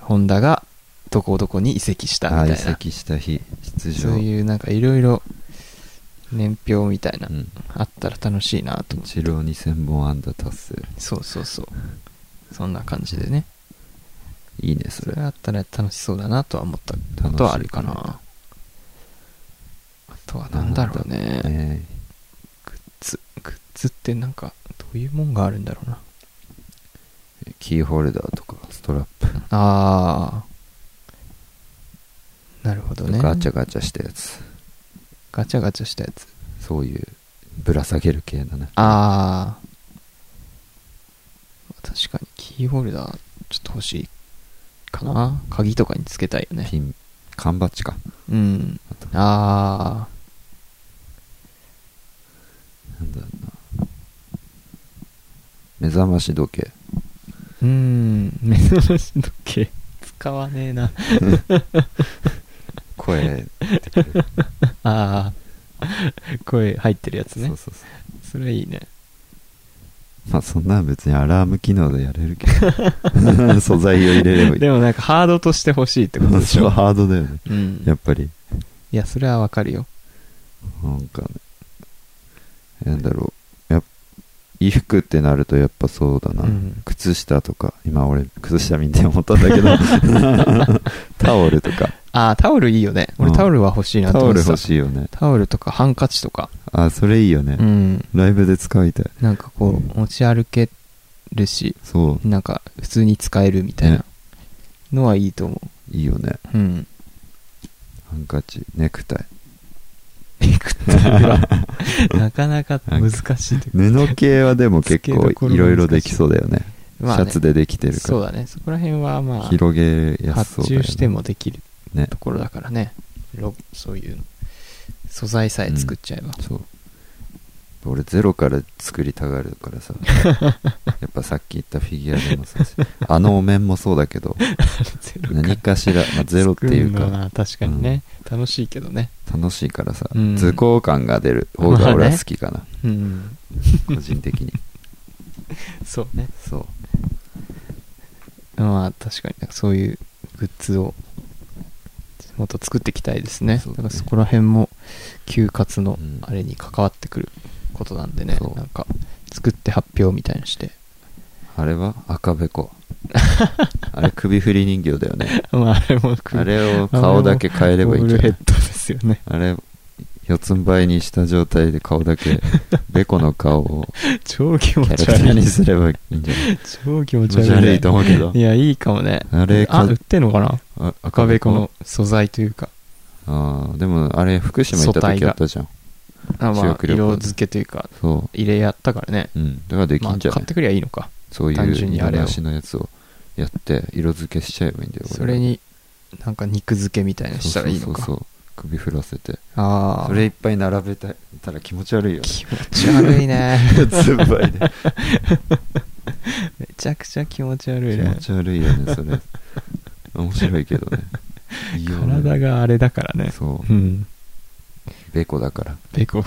Speaker 4: ホンダがどこどこに移籍した
Speaker 3: ああ
Speaker 4: み
Speaker 3: ー、移
Speaker 4: たいな。
Speaker 3: 籍した日、出場。
Speaker 4: そういうなんかいろいろ年表みたいな、
Speaker 3: うん。
Speaker 4: あったら楽しいなと思って。
Speaker 3: 一郎2000本安打達成。
Speaker 4: そうそうそう。そんな感じでね
Speaker 3: いいねそ
Speaker 4: そ
Speaker 3: れ
Speaker 4: れあったら楽しそうだなとは思ったあとはあるかなあとはなんだろうね
Speaker 3: ね
Speaker 4: つグッズってなんかどういうもんがあるんだろうな
Speaker 3: キーホルダーとかストラップ
Speaker 4: ああなるほどね
Speaker 3: ガチャガチャしたやつ
Speaker 4: ガチャガチャしたやつ
Speaker 3: そういうぶら下げる系だね
Speaker 4: ああ確かにキーホルダーちょっと欲しいかな鍵とかにつけたいよね
Speaker 3: ピン缶バッジか
Speaker 4: うん
Speaker 3: あと
Speaker 4: ああ
Speaker 3: なんだろうな目覚まし時計
Speaker 4: うーん珍しい時計使わねえな
Speaker 3: 声
Speaker 4: ああ声入ってるやつね
Speaker 3: そ
Speaker 4: そ
Speaker 3: そ
Speaker 4: う
Speaker 3: うそう
Speaker 4: れいいね
Speaker 3: まあそんなん別にアラーム機能でやれるけど (laughs) 素材を入れればいい
Speaker 4: でもなんかハードとして欲しいってことでしょ
Speaker 3: ハードだよね
Speaker 4: うん
Speaker 3: やっぱり
Speaker 4: いやそれはわかるよ
Speaker 3: なんかねなんだろうやっ衣服ってなるとやっぱそうだな、
Speaker 4: うん
Speaker 3: 靴下とか今俺靴下見て思ったんだけど
Speaker 4: (laughs)
Speaker 3: タオルとか
Speaker 4: ああタオルいいよね俺
Speaker 3: うん
Speaker 4: タオルは欲しいな
Speaker 3: タ
Speaker 4: と思
Speaker 3: オ
Speaker 4: って
Speaker 3: ル
Speaker 4: た
Speaker 3: 欲しいよね
Speaker 4: タオルとかハンカチとか
Speaker 3: あそれいいよね、
Speaker 4: うん
Speaker 3: ライブで使いたい
Speaker 4: なんかこう持ち歩けるし
Speaker 3: そ
Speaker 4: なんか普通に使えるみたい
Speaker 3: ね
Speaker 4: なのはいいと思
Speaker 3: ういいよね
Speaker 4: ううん
Speaker 3: ハンカチネクタイ
Speaker 4: ネクタ
Speaker 3: (laughs)
Speaker 4: イはなかなか難しいというか
Speaker 3: 布系はでも結構
Speaker 4: 付けどころ
Speaker 3: いろいろできそうだよね
Speaker 4: まあ
Speaker 3: シ
Speaker 4: ね
Speaker 3: ャツでできてるか
Speaker 4: そう
Speaker 3: ら
Speaker 4: だねそこら辺はまあ
Speaker 3: 広げやすそ
Speaker 4: 発
Speaker 3: うだよ
Speaker 4: 注
Speaker 3: ね
Speaker 4: してもできる
Speaker 3: ね
Speaker 4: ところだからねロそういう素材さえ作っちゃえば、
Speaker 3: そう俺ゼロから作りたがるから
Speaker 4: (laughs)
Speaker 3: さやっぱさっき言ったフィギュアでもさあのお面もそうだけど
Speaker 4: ゼロから
Speaker 3: 何かしら、まあゼロっていう
Speaker 4: 作んの
Speaker 3: か
Speaker 4: は確かにね、楽しいけどね
Speaker 3: 楽しいからさ、
Speaker 4: うん
Speaker 3: 図工感が出る方が俺は好きかな、
Speaker 4: うん
Speaker 3: 個人的に
Speaker 4: そうね
Speaker 3: そう
Speaker 4: まあ確かになんかそういうグッズをもっと作っていきたいですね
Speaker 3: そう
Speaker 4: だ
Speaker 3: だね
Speaker 4: からそこら辺も休活の
Speaker 3: うん
Speaker 4: あれに関わってくることなんでね、
Speaker 3: そう
Speaker 4: なんか作って発表みたいにして
Speaker 3: あれは赤べこあれ首振り人形だよね
Speaker 4: (laughs) まああれも
Speaker 3: あれを顔だけ変えればいいんじゃな
Speaker 4: ボール
Speaker 3: い
Speaker 4: ヘッドですよね
Speaker 3: あれ四つん這いにした状態で顔だ
Speaker 4: (laughs)
Speaker 3: けべこの顔を
Speaker 4: (laughs) 超気持
Speaker 3: キャラク
Speaker 4: ち
Speaker 3: タ
Speaker 4: 悪
Speaker 3: ーに
Speaker 4: い
Speaker 3: すればいいんじゃない
Speaker 4: 超気持
Speaker 3: 気
Speaker 4: ち
Speaker 3: 持ち
Speaker 4: 悪い,、
Speaker 3: 悪いと思うけど
Speaker 4: いやいいかもね
Speaker 3: あれか
Speaker 4: あ売ってんのかな
Speaker 3: あ
Speaker 4: 赤べこの素材というか
Speaker 3: ああでもあれ福島行った時やったじゃん
Speaker 4: あま
Speaker 3: 修
Speaker 4: あ
Speaker 3: 学旅行
Speaker 4: 色付けというか
Speaker 3: そ
Speaker 4: 入れやったからね
Speaker 3: ううんだからでき
Speaker 4: ま
Speaker 3: ん
Speaker 4: あ
Speaker 3: じゃない、
Speaker 4: 買ってくりゃいいのか
Speaker 3: そうい
Speaker 4: 単
Speaker 3: う
Speaker 4: 純に
Speaker 3: 色
Speaker 4: あれを
Speaker 3: なしのやつをやって色付けしちゃえばいいんだよ俺
Speaker 4: それになんか肉付けみたいなのしたらいいのか
Speaker 3: そうそうそうそう首振らせて
Speaker 4: ああ
Speaker 3: それいっぱい並べたいたら気持ち悪いよね
Speaker 4: 気持ち悪いね
Speaker 3: 四つん這いで
Speaker 4: めちゃくちゃ気持ち悪い
Speaker 3: (laughs) 気
Speaker 4: ね
Speaker 3: 持ち悪いよねそれ面白いけどねいいよね
Speaker 4: (laughs) 体があれだからね
Speaker 3: そう
Speaker 4: うん
Speaker 3: べこだから
Speaker 4: ベ
Speaker 3: (laughs)
Speaker 4: コ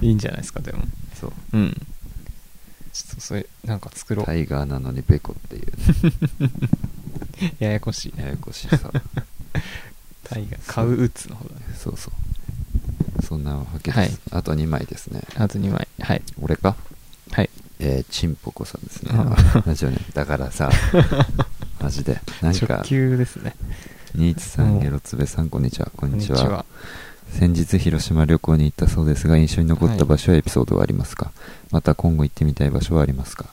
Speaker 4: いいんじゃないですかでも
Speaker 3: そう
Speaker 4: うんちょっとそれなんか作ろう
Speaker 3: タイガーなのにべこって
Speaker 4: (laughs)
Speaker 3: いう、ね、
Speaker 4: ややこしいね
Speaker 3: ややこしさ
Speaker 4: タイが買う打つの方だね
Speaker 3: そうそうそんなわけです、
Speaker 4: はい
Speaker 3: あと2枚ですね
Speaker 4: あと2枚はい
Speaker 3: 俺か
Speaker 4: はい
Speaker 3: えー、チンポコさんですね
Speaker 4: あ。
Speaker 3: ラジオね。だから
Speaker 4: (laughs)
Speaker 3: さ、マジで。なん
Speaker 4: 直
Speaker 3: か、
Speaker 4: 球ですね
Speaker 3: ニーツさん、ゲロツベさん、こんにちは。こんにち
Speaker 4: こん
Speaker 3: は。先日、広島旅行に行ったそうですが、印象に残った場所やエピソードはありますか、また、今後行ってみたい場所はありますか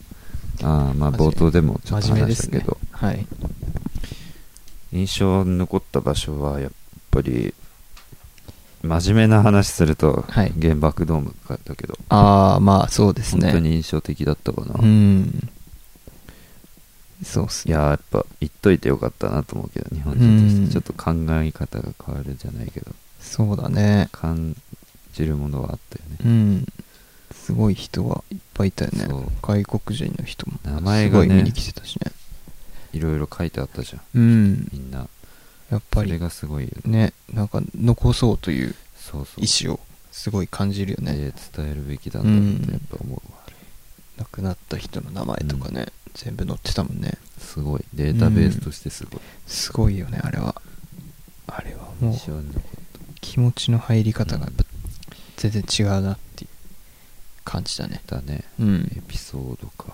Speaker 3: ああ、まあ、
Speaker 4: 真面目
Speaker 3: 冒頭でもちょっと
Speaker 4: 真面目で
Speaker 3: 話し
Speaker 4: す
Speaker 3: たけ
Speaker 4: ね
Speaker 3: ど、
Speaker 4: はい
Speaker 3: 印象に残った場所は、やっぱり、真面目な話すると、
Speaker 4: はい
Speaker 3: 原爆ドームだったけど、
Speaker 4: ああまあそうです
Speaker 3: 本
Speaker 4: ね
Speaker 3: 当に印象的だったかな。
Speaker 4: うんそうっす
Speaker 3: い
Speaker 4: ね
Speaker 3: やーやっぱ言っといてよかったなと思うけど日本人とし
Speaker 4: うん
Speaker 3: てちょっと考え方が変わるじゃないけど
Speaker 4: そうだね
Speaker 3: 感じるものはあったよね
Speaker 4: うんすごい人がいっぱいいたよね
Speaker 3: そう
Speaker 4: 外国人の人も
Speaker 3: 名前がね
Speaker 4: すごい見に来てたしね
Speaker 3: いろいろ書いてあったじゃん
Speaker 4: うん
Speaker 3: みんな
Speaker 4: や
Speaker 3: そ
Speaker 4: っぱ
Speaker 3: れ
Speaker 4: り
Speaker 3: がすごいよね
Speaker 4: ねなんか残そうという
Speaker 3: そうそう
Speaker 4: 意思をすごい感じるよね
Speaker 3: で伝えるべきだなってやっぱ思うわ、あれ
Speaker 4: 亡くなった人の名前とかね、全部載ってたもんね
Speaker 3: すごいデータベースとしてすごい、
Speaker 4: すごいよねあれはあれはもう
Speaker 3: 印象に残っ
Speaker 4: 気持ちの入り方がやっぱ全然違うなっていう感じだね
Speaker 3: たね
Speaker 4: うん
Speaker 3: エピソードか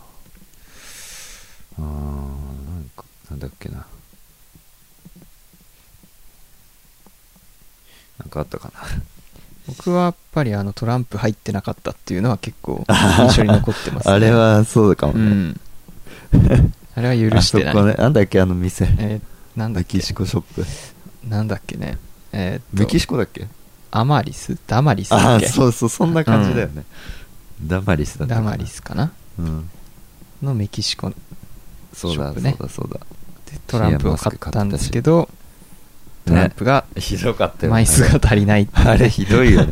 Speaker 3: あーなんかなんだっけななんかあったかな
Speaker 4: 僕はやっぱりあのトランプ入ってなかったっていうのは結構印象に残ってます、
Speaker 3: (laughs) (laughs)
Speaker 4: ね、
Speaker 3: あれはそうかも
Speaker 4: う
Speaker 3: ね、
Speaker 4: んあれは許
Speaker 3: あ
Speaker 4: し
Speaker 3: そ
Speaker 4: てない、
Speaker 3: こねなんだっけあの店
Speaker 4: えーなんだ
Speaker 3: メ
Speaker 4: っけ
Speaker 3: キシコショップ
Speaker 4: なんだっけねえー
Speaker 3: メ
Speaker 4: っと
Speaker 3: キシコだっけ
Speaker 4: アマリスダマリスだ
Speaker 3: あ
Speaker 4: っ
Speaker 3: あ
Speaker 4: け
Speaker 3: そうそうそんな感じだよね、ダマリスだった
Speaker 4: ダ
Speaker 3: かな
Speaker 4: マリスかな
Speaker 3: うん
Speaker 4: のメキシコで
Speaker 3: そうだ、
Speaker 4: ショップね
Speaker 3: そうだそうだ
Speaker 4: トランプを買ったんですけどトランプが
Speaker 3: ひどかったよね
Speaker 4: 枚数が足りないっていう
Speaker 3: (laughs)
Speaker 4: ね
Speaker 3: あれひどい
Speaker 4: (laughs)
Speaker 3: よね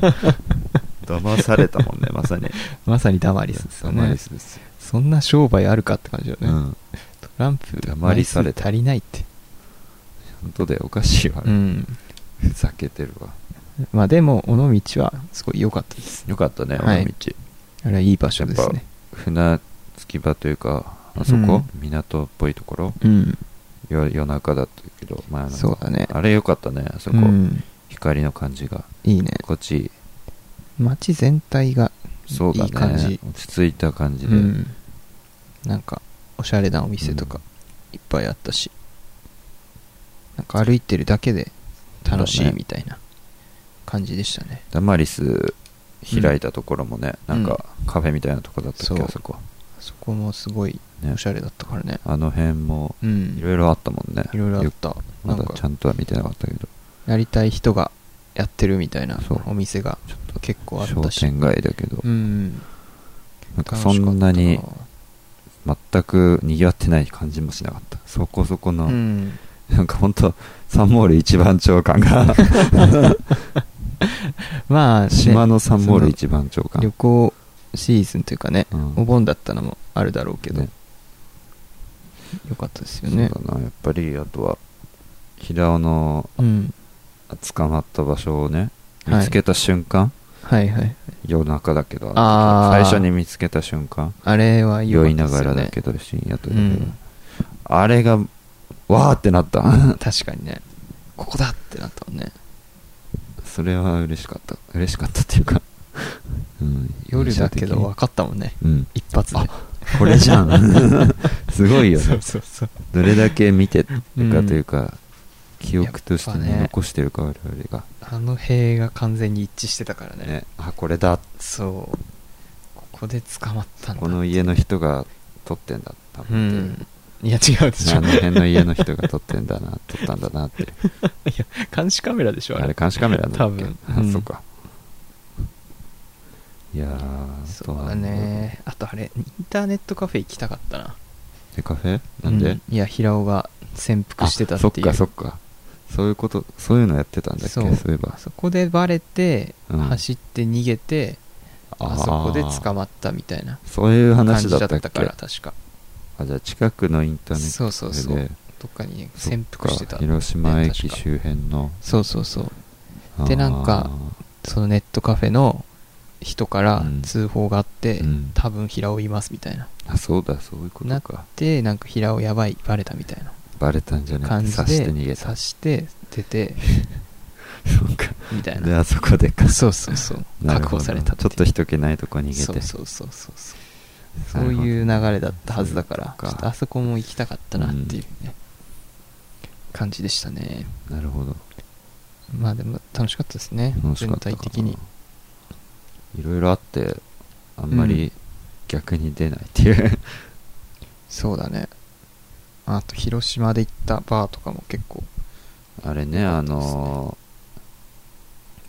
Speaker 3: 騙されたもんねまさに
Speaker 4: まさにダマリスですよ
Speaker 3: ダマ
Speaker 4: ね
Speaker 3: リスですよ、
Speaker 4: そんな商売あるかって感じだよ
Speaker 3: う
Speaker 4: ね、
Speaker 3: ん本
Speaker 4: トランプ
Speaker 3: 黙りされた
Speaker 4: 枚数足りないって
Speaker 3: 当だよおかしいわ、
Speaker 4: うん
Speaker 3: ふざけてるわ
Speaker 4: まあでも尾道はすごい良かったです
Speaker 3: よかったね
Speaker 4: はい
Speaker 3: 尾道、
Speaker 4: あれはいい場所です
Speaker 3: やっ
Speaker 4: ね
Speaker 3: 船着き場というかあそこ、港っぽいところ
Speaker 4: うん
Speaker 3: よ夜中だったけど前の
Speaker 4: そうだね
Speaker 3: あれよかったねあそこ、
Speaker 4: うん
Speaker 3: 光の感じが
Speaker 4: いいね
Speaker 3: 心地いい
Speaker 4: 街全体が
Speaker 3: そうだね
Speaker 4: いい感じ
Speaker 3: 落ち着いた感じ
Speaker 4: う
Speaker 3: で、
Speaker 4: んなんかおしゃれなお店とかいっぱいあったし、なんか歩いてるだけで楽しいみたいな感じでしたね
Speaker 3: ダマリス開いたところもね、
Speaker 4: う
Speaker 3: な
Speaker 4: ん
Speaker 3: んかカフェみたいなとこだったっけ、
Speaker 4: そう
Speaker 3: あそこ
Speaker 4: そこもすごい
Speaker 3: ね
Speaker 4: おしゃれだったからね
Speaker 3: あの辺も
Speaker 4: うん
Speaker 3: いろいろあったもんね、
Speaker 4: いろいろあった
Speaker 3: ま
Speaker 4: なん
Speaker 3: だ
Speaker 4: か
Speaker 3: ちゃんとは見てなかったけど
Speaker 4: やりたい人がやってるみたいな
Speaker 3: そう
Speaker 4: お店が
Speaker 3: ちょっと
Speaker 4: 結構あっ
Speaker 3: 商
Speaker 4: たし
Speaker 3: 店街だけど、
Speaker 4: うん
Speaker 3: なんかそんなに全く賑わってない感じもしなかったそこそこの、
Speaker 4: うん
Speaker 3: なんかほんとサンモール一番長官
Speaker 4: (laughs)
Speaker 3: が
Speaker 4: まあ、ね、
Speaker 3: 島のサンモール一番長官、
Speaker 4: 旅行シーズンというかね、
Speaker 3: うん
Speaker 4: お盆だったのもあるだろうけど、
Speaker 3: ね
Speaker 4: よかったですよ
Speaker 3: そう
Speaker 4: ね
Speaker 3: だなやっぱりあとは平尾の
Speaker 4: うん
Speaker 3: 捕まった場所をね
Speaker 4: はい
Speaker 3: 見つけた瞬間、
Speaker 4: はいはい
Speaker 3: 夜中だけど
Speaker 4: あ
Speaker 3: 最
Speaker 4: ー
Speaker 3: 初に見つけた瞬間
Speaker 4: あれは良
Speaker 3: 酔
Speaker 4: かっ
Speaker 3: いな
Speaker 4: たですよ
Speaker 3: が
Speaker 4: ね
Speaker 3: らだけど深夜といううんあれがわーってなった (laughs)
Speaker 4: 確かにねここだってなったもんね
Speaker 3: それは嬉しかった嬉しかったっていうか、うん、
Speaker 4: 夜だけど分
Speaker 3: 印象
Speaker 4: かったもんね
Speaker 3: 的にうん
Speaker 4: 一発で
Speaker 3: あこれじゃ
Speaker 4: (laughs)
Speaker 3: んすごいよ
Speaker 4: そ
Speaker 3: ね
Speaker 4: うそうそう
Speaker 3: どれだけ見てたかと
Speaker 4: うん
Speaker 3: いうか、記憶として、
Speaker 4: やっ
Speaker 3: ね
Speaker 4: ぱね
Speaker 3: 残してるか我々が、
Speaker 4: あの塀が完全に一致してたからね
Speaker 3: ね、あこれだ
Speaker 4: そうここで捕まったんだ
Speaker 3: この家の人が撮ってんだ多分
Speaker 4: う
Speaker 3: っていう、
Speaker 4: んいや違うでし
Speaker 3: あ
Speaker 4: ょ
Speaker 3: の辺の家の人が撮ってんだな撮ったんだな
Speaker 4: (laughs)
Speaker 3: って
Speaker 4: 監視カメラでしょあ
Speaker 3: あ
Speaker 4: れ
Speaker 3: れ監視カメラなんだっけ
Speaker 4: 多分
Speaker 3: あ
Speaker 4: うん
Speaker 3: そっかいやー
Speaker 4: そう
Speaker 3: あとは
Speaker 4: だねあとあれインターネットカフェ行きたかったな
Speaker 3: えカフェなんで、
Speaker 4: うんいや平尾が潜伏
Speaker 3: あ
Speaker 4: してたっていう
Speaker 3: そっかそっかそういうことそういうのやってたんだっけ
Speaker 4: そ
Speaker 3: そうういえば
Speaker 4: そこでバレて、
Speaker 3: うん
Speaker 4: 走って逃げてあそこで捕
Speaker 3: ま
Speaker 4: まったみたいな
Speaker 3: そういう
Speaker 4: 感
Speaker 3: 話
Speaker 4: じ
Speaker 3: だ
Speaker 4: だっ
Speaker 3: ったたっけ
Speaker 4: から確か
Speaker 3: あじゃあ近くのインターネット
Speaker 4: そうそうそう
Speaker 3: で
Speaker 4: どっかに
Speaker 3: そっ
Speaker 4: 潜伏して
Speaker 3: か
Speaker 4: た
Speaker 3: 広島駅
Speaker 4: ね確か
Speaker 3: 周辺の
Speaker 4: そうそうそうでなんかそのネットカフェの人から
Speaker 3: うん
Speaker 4: 通報があって、
Speaker 3: うん
Speaker 4: 多分平尾いますみたいな
Speaker 3: あーあそうだそういうことか
Speaker 4: でなんか平尾やばいバレたみたい
Speaker 3: バレたんじゃ
Speaker 4: な
Speaker 3: な
Speaker 4: 感
Speaker 3: くて
Speaker 4: じ
Speaker 3: 刺して逃
Speaker 4: で
Speaker 3: げ
Speaker 4: 刺
Speaker 3: た
Speaker 4: して出て
Speaker 3: そうか
Speaker 4: みた
Speaker 3: (laughs)
Speaker 4: い
Speaker 3: で
Speaker 4: な
Speaker 3: あそこでか
Speaker 4: そうそうそう
Speaker 3: なる
Speaker 4: 確
Speaker 3: ほ
Speaker 4: 保
Speaker 3: ど
Speaker 4: されたって
Speaker 3: ち
Speaker 4: い
Speaker 3: ょ
Speaker 4: う
Speaker 3: っと人気ないとこ逃げて
Speaker 4: そうそうそうそうそうそ
Speaker 3: な
Speaker 4: う
Speaker 3: るほど
Speaker 4: いう流れだったはずだから
Speaker 3: そう
Speaker 4: ち
Speaker 3: か
Speaker 4: ょっとあそこも行きたかったなっていうね、感じでしたね
Speaker 3: なるほど
Speaker 4: まあでも楽しかったですね
Speaker 3: 楽しか
Speaker 4: 全
Speaker 3: った
Speaker 4: 体的に
Speaker 3: いろいろあってあんまり逆に出ないっていう、 (laughs)
Speaker 4: そうだねあと広島で行ったバーとかも結構
Speaker 3: あれね
Speaker 4: よか
Speaker 3: あ
Speaker 4: ったですね
Speaker 3: の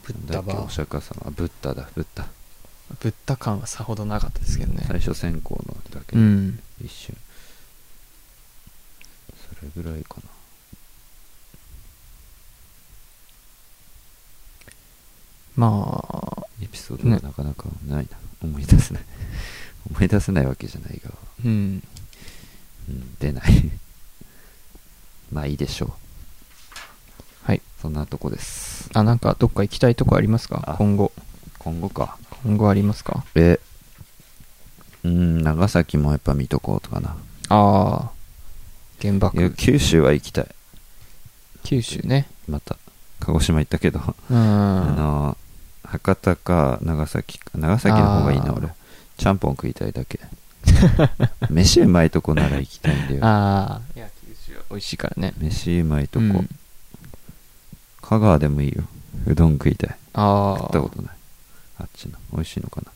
Speaker 4: ブッ
Speaker 3: な
Speaker 4: ダ
Speaker 3: んだっけ
Speaker 4: バ
Speaker 3: お
Speaker 4: ー
Speaker 3: 釈迦様あブッダだブッダ
Speaker 4: ブッダ感はさほどなかったですけどね
Speaker 3: 最初先行のだけ、
Speaker 4: うん
Speaker 3: 一瞬それぐらいかな
Speaker 4: まあ
Speaker 3: エピソードがなかなかないな、思い出せない (laughs) 思い出せないわけじゃないが、
Speaker 4: うん
Speaker 3: うん、出ない (laughs) まあいいでしょう
Speaker 4: はい
Speaker 3: そんなとこです
Speaker 4: あなんかどっか行きたいとこありますか
Speaker 3: あ
Speaker 4: 今後
Speaker 3: 今後か
Speaker 4: 今後ありますか
Speaker 3: えうん長崎もやっぱ見とこうとかな
Speaker 4: ああ原
Speaker 3: いや
Speaker 4: 爆
Speaker 3: 九州は行きたい
Speaker 4: 九州ね
Speaker 3: また鹿児島行ったけど、
Speaker 4: うん
Speaker 3: あの博多か長崎か長崎の方がいい
Speaker 4: あ
Speaker 3: な
Speaker 4: ー
Speaker 3: 俺ちゃんぽん食いたいだけ (laughs) 飯うまいとこなら行きたいんだよ。
Speaker 4: ああ。いや、九州は美味しいからね。
Speaker 3: 飯うまいとこ、
Speaker 4: うん
Speaker 3: 香川でもいいよ。うどん食いたい。
Speaker 4: あ
Speaker 3: 食った
Speaker 4: あ
Speaker 3: こ。とない。あっちの。美味しいのかな。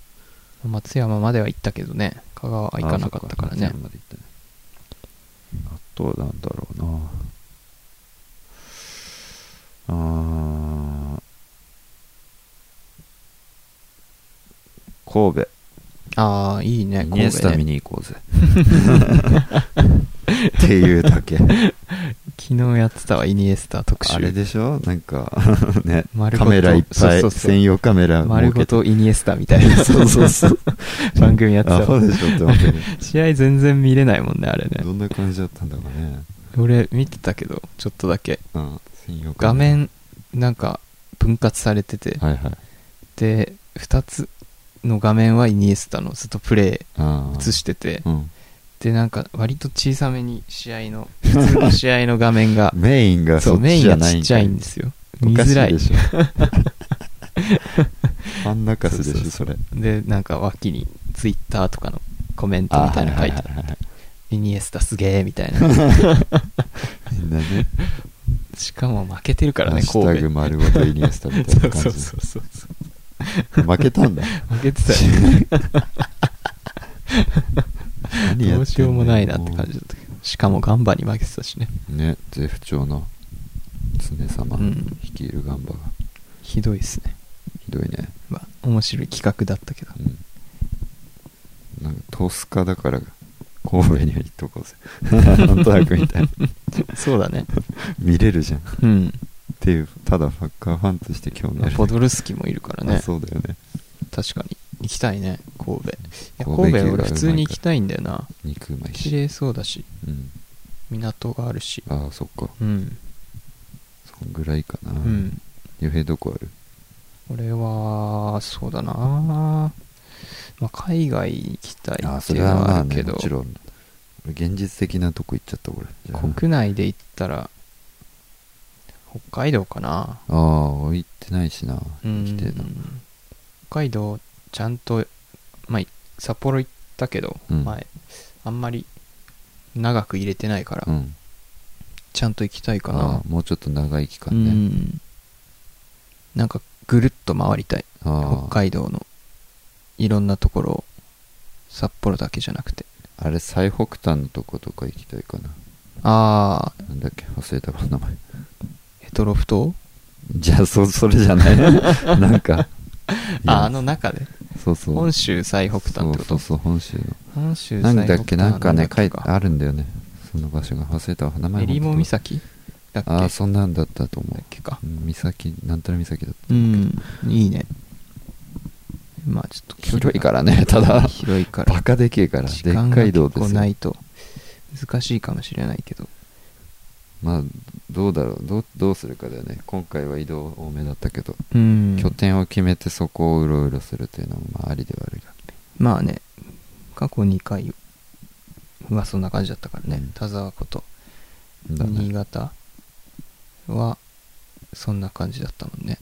Speaker 4: 松山までは行ったけどね。香川は行かなかったから
Speaker 3: あ
Speaker 4: ね
Speaker 3: そ。っ松山まで行ったねあとなんだろうなあー神戸
Speaker 4: ああ、いいね。
Speaker 3: イニエ
Speaker 4: 神
Speaker 3: ス
Speaker 4: 戸
Speaker 3: タ見
Speaker 4: ね。
Speaker 3: に行こうぜっていうだけ
Speaker 4: 昨日やってたわ、イニエスタ特集。
Speaker 3: あれでしょなんか (laughs) ね
Speaker 4: 丸ご
Speaker 3: カ
Speaker 4: と
Speaker 3: メラいっぱい
Speaker 4: そうそうそう
Speaker 3: 専用カメラ
Speaker 4: 丸
Speaker 3: 設
Speaker 4: ご
Speaker 3: けて
Speaker 4: とイニエスタみたい
Speaker 3: (laughs)
Speaker 4: な
Speaker 3: そうそうそう
Speaker 4: (laughs) 番組やってた
Speaker 3: アホ
Speaker 4: わ
Speaker 3: でしょって思ってね
Speaker 4: 試合全然見れないもんねあれ
Speaker 3: ど
Speaker 4: ね
Speaker 3: んな感じだったんだろうね、
Speaker 4: 俺見てたけどちょっとだけ
Speaker 3: うん、専用カ
Speaker 4: 画
Speaker 3: メ
Speaker 4: 面なんか分割されてて、
Speaker 3: ラはいはい
Speaker 4: で2つの画面はイニエスタのずっとプレ
Speaker 3: あ
Speaker 4: ー
Speaker 3: ー
Speaker 4: 映してて
Speaker 3: うん
Speaker 4: でなんか割と小さめに試合の普通の試合の画面が
Speaker 3: メインが
Speaker 4: そ
Speaker 3: (laughs) そうっ
Speaker 4: メ
Speaker 3: ち
Speaker 4: イ
Speaker 3: じ
Speaker 4: ン
Speaker 3: ゃ
Speaker 4: が
Speaker 3: ない
Speaker 4: ち
Speaker 3: ん
Speaker 4: っちゃい
Speaker 3: だ
Speaker 4: んですよ
Speaker 3: お
Speaker 4: 見
Speaker 3: かし
Speaker 4: づらい
Speaker 3: でしょ
Speaker 4: (laughs)
Speaker 3: 真ん中すでしょそれ
Speaker 4: でなんか脇にツイッターとかのコメント
Speaker 3: あ
Speaker 4: みたいなの書いてある
Speaker 3: はい
Speaker 4: イニエスタすげえみたい
Speaker 3: (laughs)
Speaker 4: な (laughs)
Speaker 3: みんなね
Speaker 4: しかも負けてるから
Speaker 3: ハッ
Speaker 4: ね
Speaker 3: シュ
Speaker 4: 神戸
Speaker 3: タグ丸ごとイニエスタみたいな
Speaker 4: (laughs) そ
Speaker 3: 感
Speaker 4: う
Speaker 3: じ
Speaker 4: そうそうそう
Speaker 3: 負けたんだ
Speaker 4: 負けてたよね
Speaker 3: 何やってんだよ
Speaker 4: どうしようもないなって感じだったけどしかもガンバに負けてたしね
Speaker 3: ね絶不調の常様
Speaker 4: うん
Speaker 3: 率いるガンバが
Speaker 4: ひどいですね
Speaker 3: ひどいね
Speaker 4: まあ面白い企画だったけど
Speaker 3: うんなんかトスカだから神戸には行っとこうぜ (laughs) なんとなくみたい
Speaker 4: (laughs)
Speaker 3: な
Speaker 4: そうだね
Speaker 3: 見れるじゃんっ
Speaker 4: うん
Speaker 3: ていうただサッカーファンとして興味ある
Speaker 4: ポドルスキもいるからね
Speaker 3: あそうだよね
Speaker 4: 確かに行きたいね神戸いや
Speaker 3: 神戸
Speaker 4: 神戸
Speaker 3: 牛が
Speaker 4: 俺普通に行きたいんだよな
Speaker 3: 肉うまい
Speaker 4: 綺
Speaker 3: し、
Speaker 4: 麗そうだし
Speaker 3: うん、
Speaker 4: 港があるし
Speaker 3: ああそっか
Speaker 4: うん
Speaker 3: そんぐらいかな
Speaker 4: う
Speaker 3: うん
Speaker 4: ん
Speaker 3: 予平どこある
Speaker 4: 俺はそうだなまあ海外行きたい
Speaker 3: ああ
Speaker 4: って
Speaker 3: そ
Speaker 4: いう
Speaker 3: れ
Speaker 4: の
Speaker 3: は
Speaker 4: は
Speaker 3: ま
Speaker 4: あ
Speaker 3: あ
Speaker 4: るけ
Speaker 3: ね
Speaker 4: ど
Speaker 3: もちろん俺現実的なとこ行っちゃった俺じゃあ
Speaker 4: 国内で言ったら北海道かな
Speaker 3: ああ置いてないしな
Speaker 4: うん
Speaker 3: 来てえな
Speaker 4: 北海道ちゃんと、まあ、札幌行ったけど、
Speaker 3: うん
Speaker 4: 前あんまり長く入れてないから、
Speaker 3: うん
Speaker 4: ちゃんと行きたいか
Speaker 3: あ
Speaker 4: な
Speaker 3: あもうちょっと長い期
Speaker 4: う
Speaker 3: 間ね、
Speaker 4: んなんかぐるっと回りたい
Speaker 3: あ
Speaker 4: 北
Speaker 3: あ
Speaker 4: 海道のいろんなところを札幌だけじゃなくて
Speaker 3: あれ最北端のとことか行きたいかな
Speaker 4: ああ
Speaker 3: なんだっけ忘れたか名前 (laughs)
Speaker 4: ヘトロフ島
Speaker 3: じゃあそそれじゃない
Speaker 4: (laughs)
Speaker 3: なんかいや
Speaker 4: ああの中で
Speaker 3: そうそう
Speaker 4: 本州最北端って
Speaker 3: そ
Speaker 4: こ
Speaker 3: う
Speaker 4: と
Speaker 3: そうそう本州の
Speaker 4: 本州
Speaker 3: な
Speaker 4: 最北
Speaker 3: ん
Speaker 4: 端
Speaker 3: だっけなんかね
Speaker 4: なんだ
Speaker 3: 書い
Speaker 4: っけ
Speaker 3: てあるんだよねその場所が忘れたわ名前
Speaker 4: え
Speaker 3: 忘れ
Speaker 4: り
Speaker 3: た
Speaker 4: も岬だっけ
Speaker 3: ああそんなんだったと思
Speaker 4: だっ
Speaker 3: う
Speaker 4: けか
Speaker 3: うん岬なんたら岬だっ
Speaker 4: うんいいねまあちょっと
Speaker 3: た広いからねただ
Speaker 4: 広いから
Speaker 3: バカでけえから
Speaker 4: 時
Speaker 3: で
Speaker 4: 間
Speaker 3: っ
Speaker 4: が
Speaker 3: かい
Speaker 4: 結
Speaker 3: 道で
Speaker 4: 構
Speaker 3: す
Speaker 4: な
Speaker 3: よ
Speaker 4: いと難しいかもしれないけど
Speaker 3: まあどうだろうどうどうするかだよね今回は移動多めだったけど、
Speaker 4: うん
Speaker 3: 拠点を決めてそこをうろうろするっていうのもまあありではあるが
Speaker 4: まあね過去2回はそんな感じだったからね、
Speaker 3: うん
Speaker 4: 田沢こと
Speaker 3: だね
Speaker 4: 新潟はそんな感じだったもんね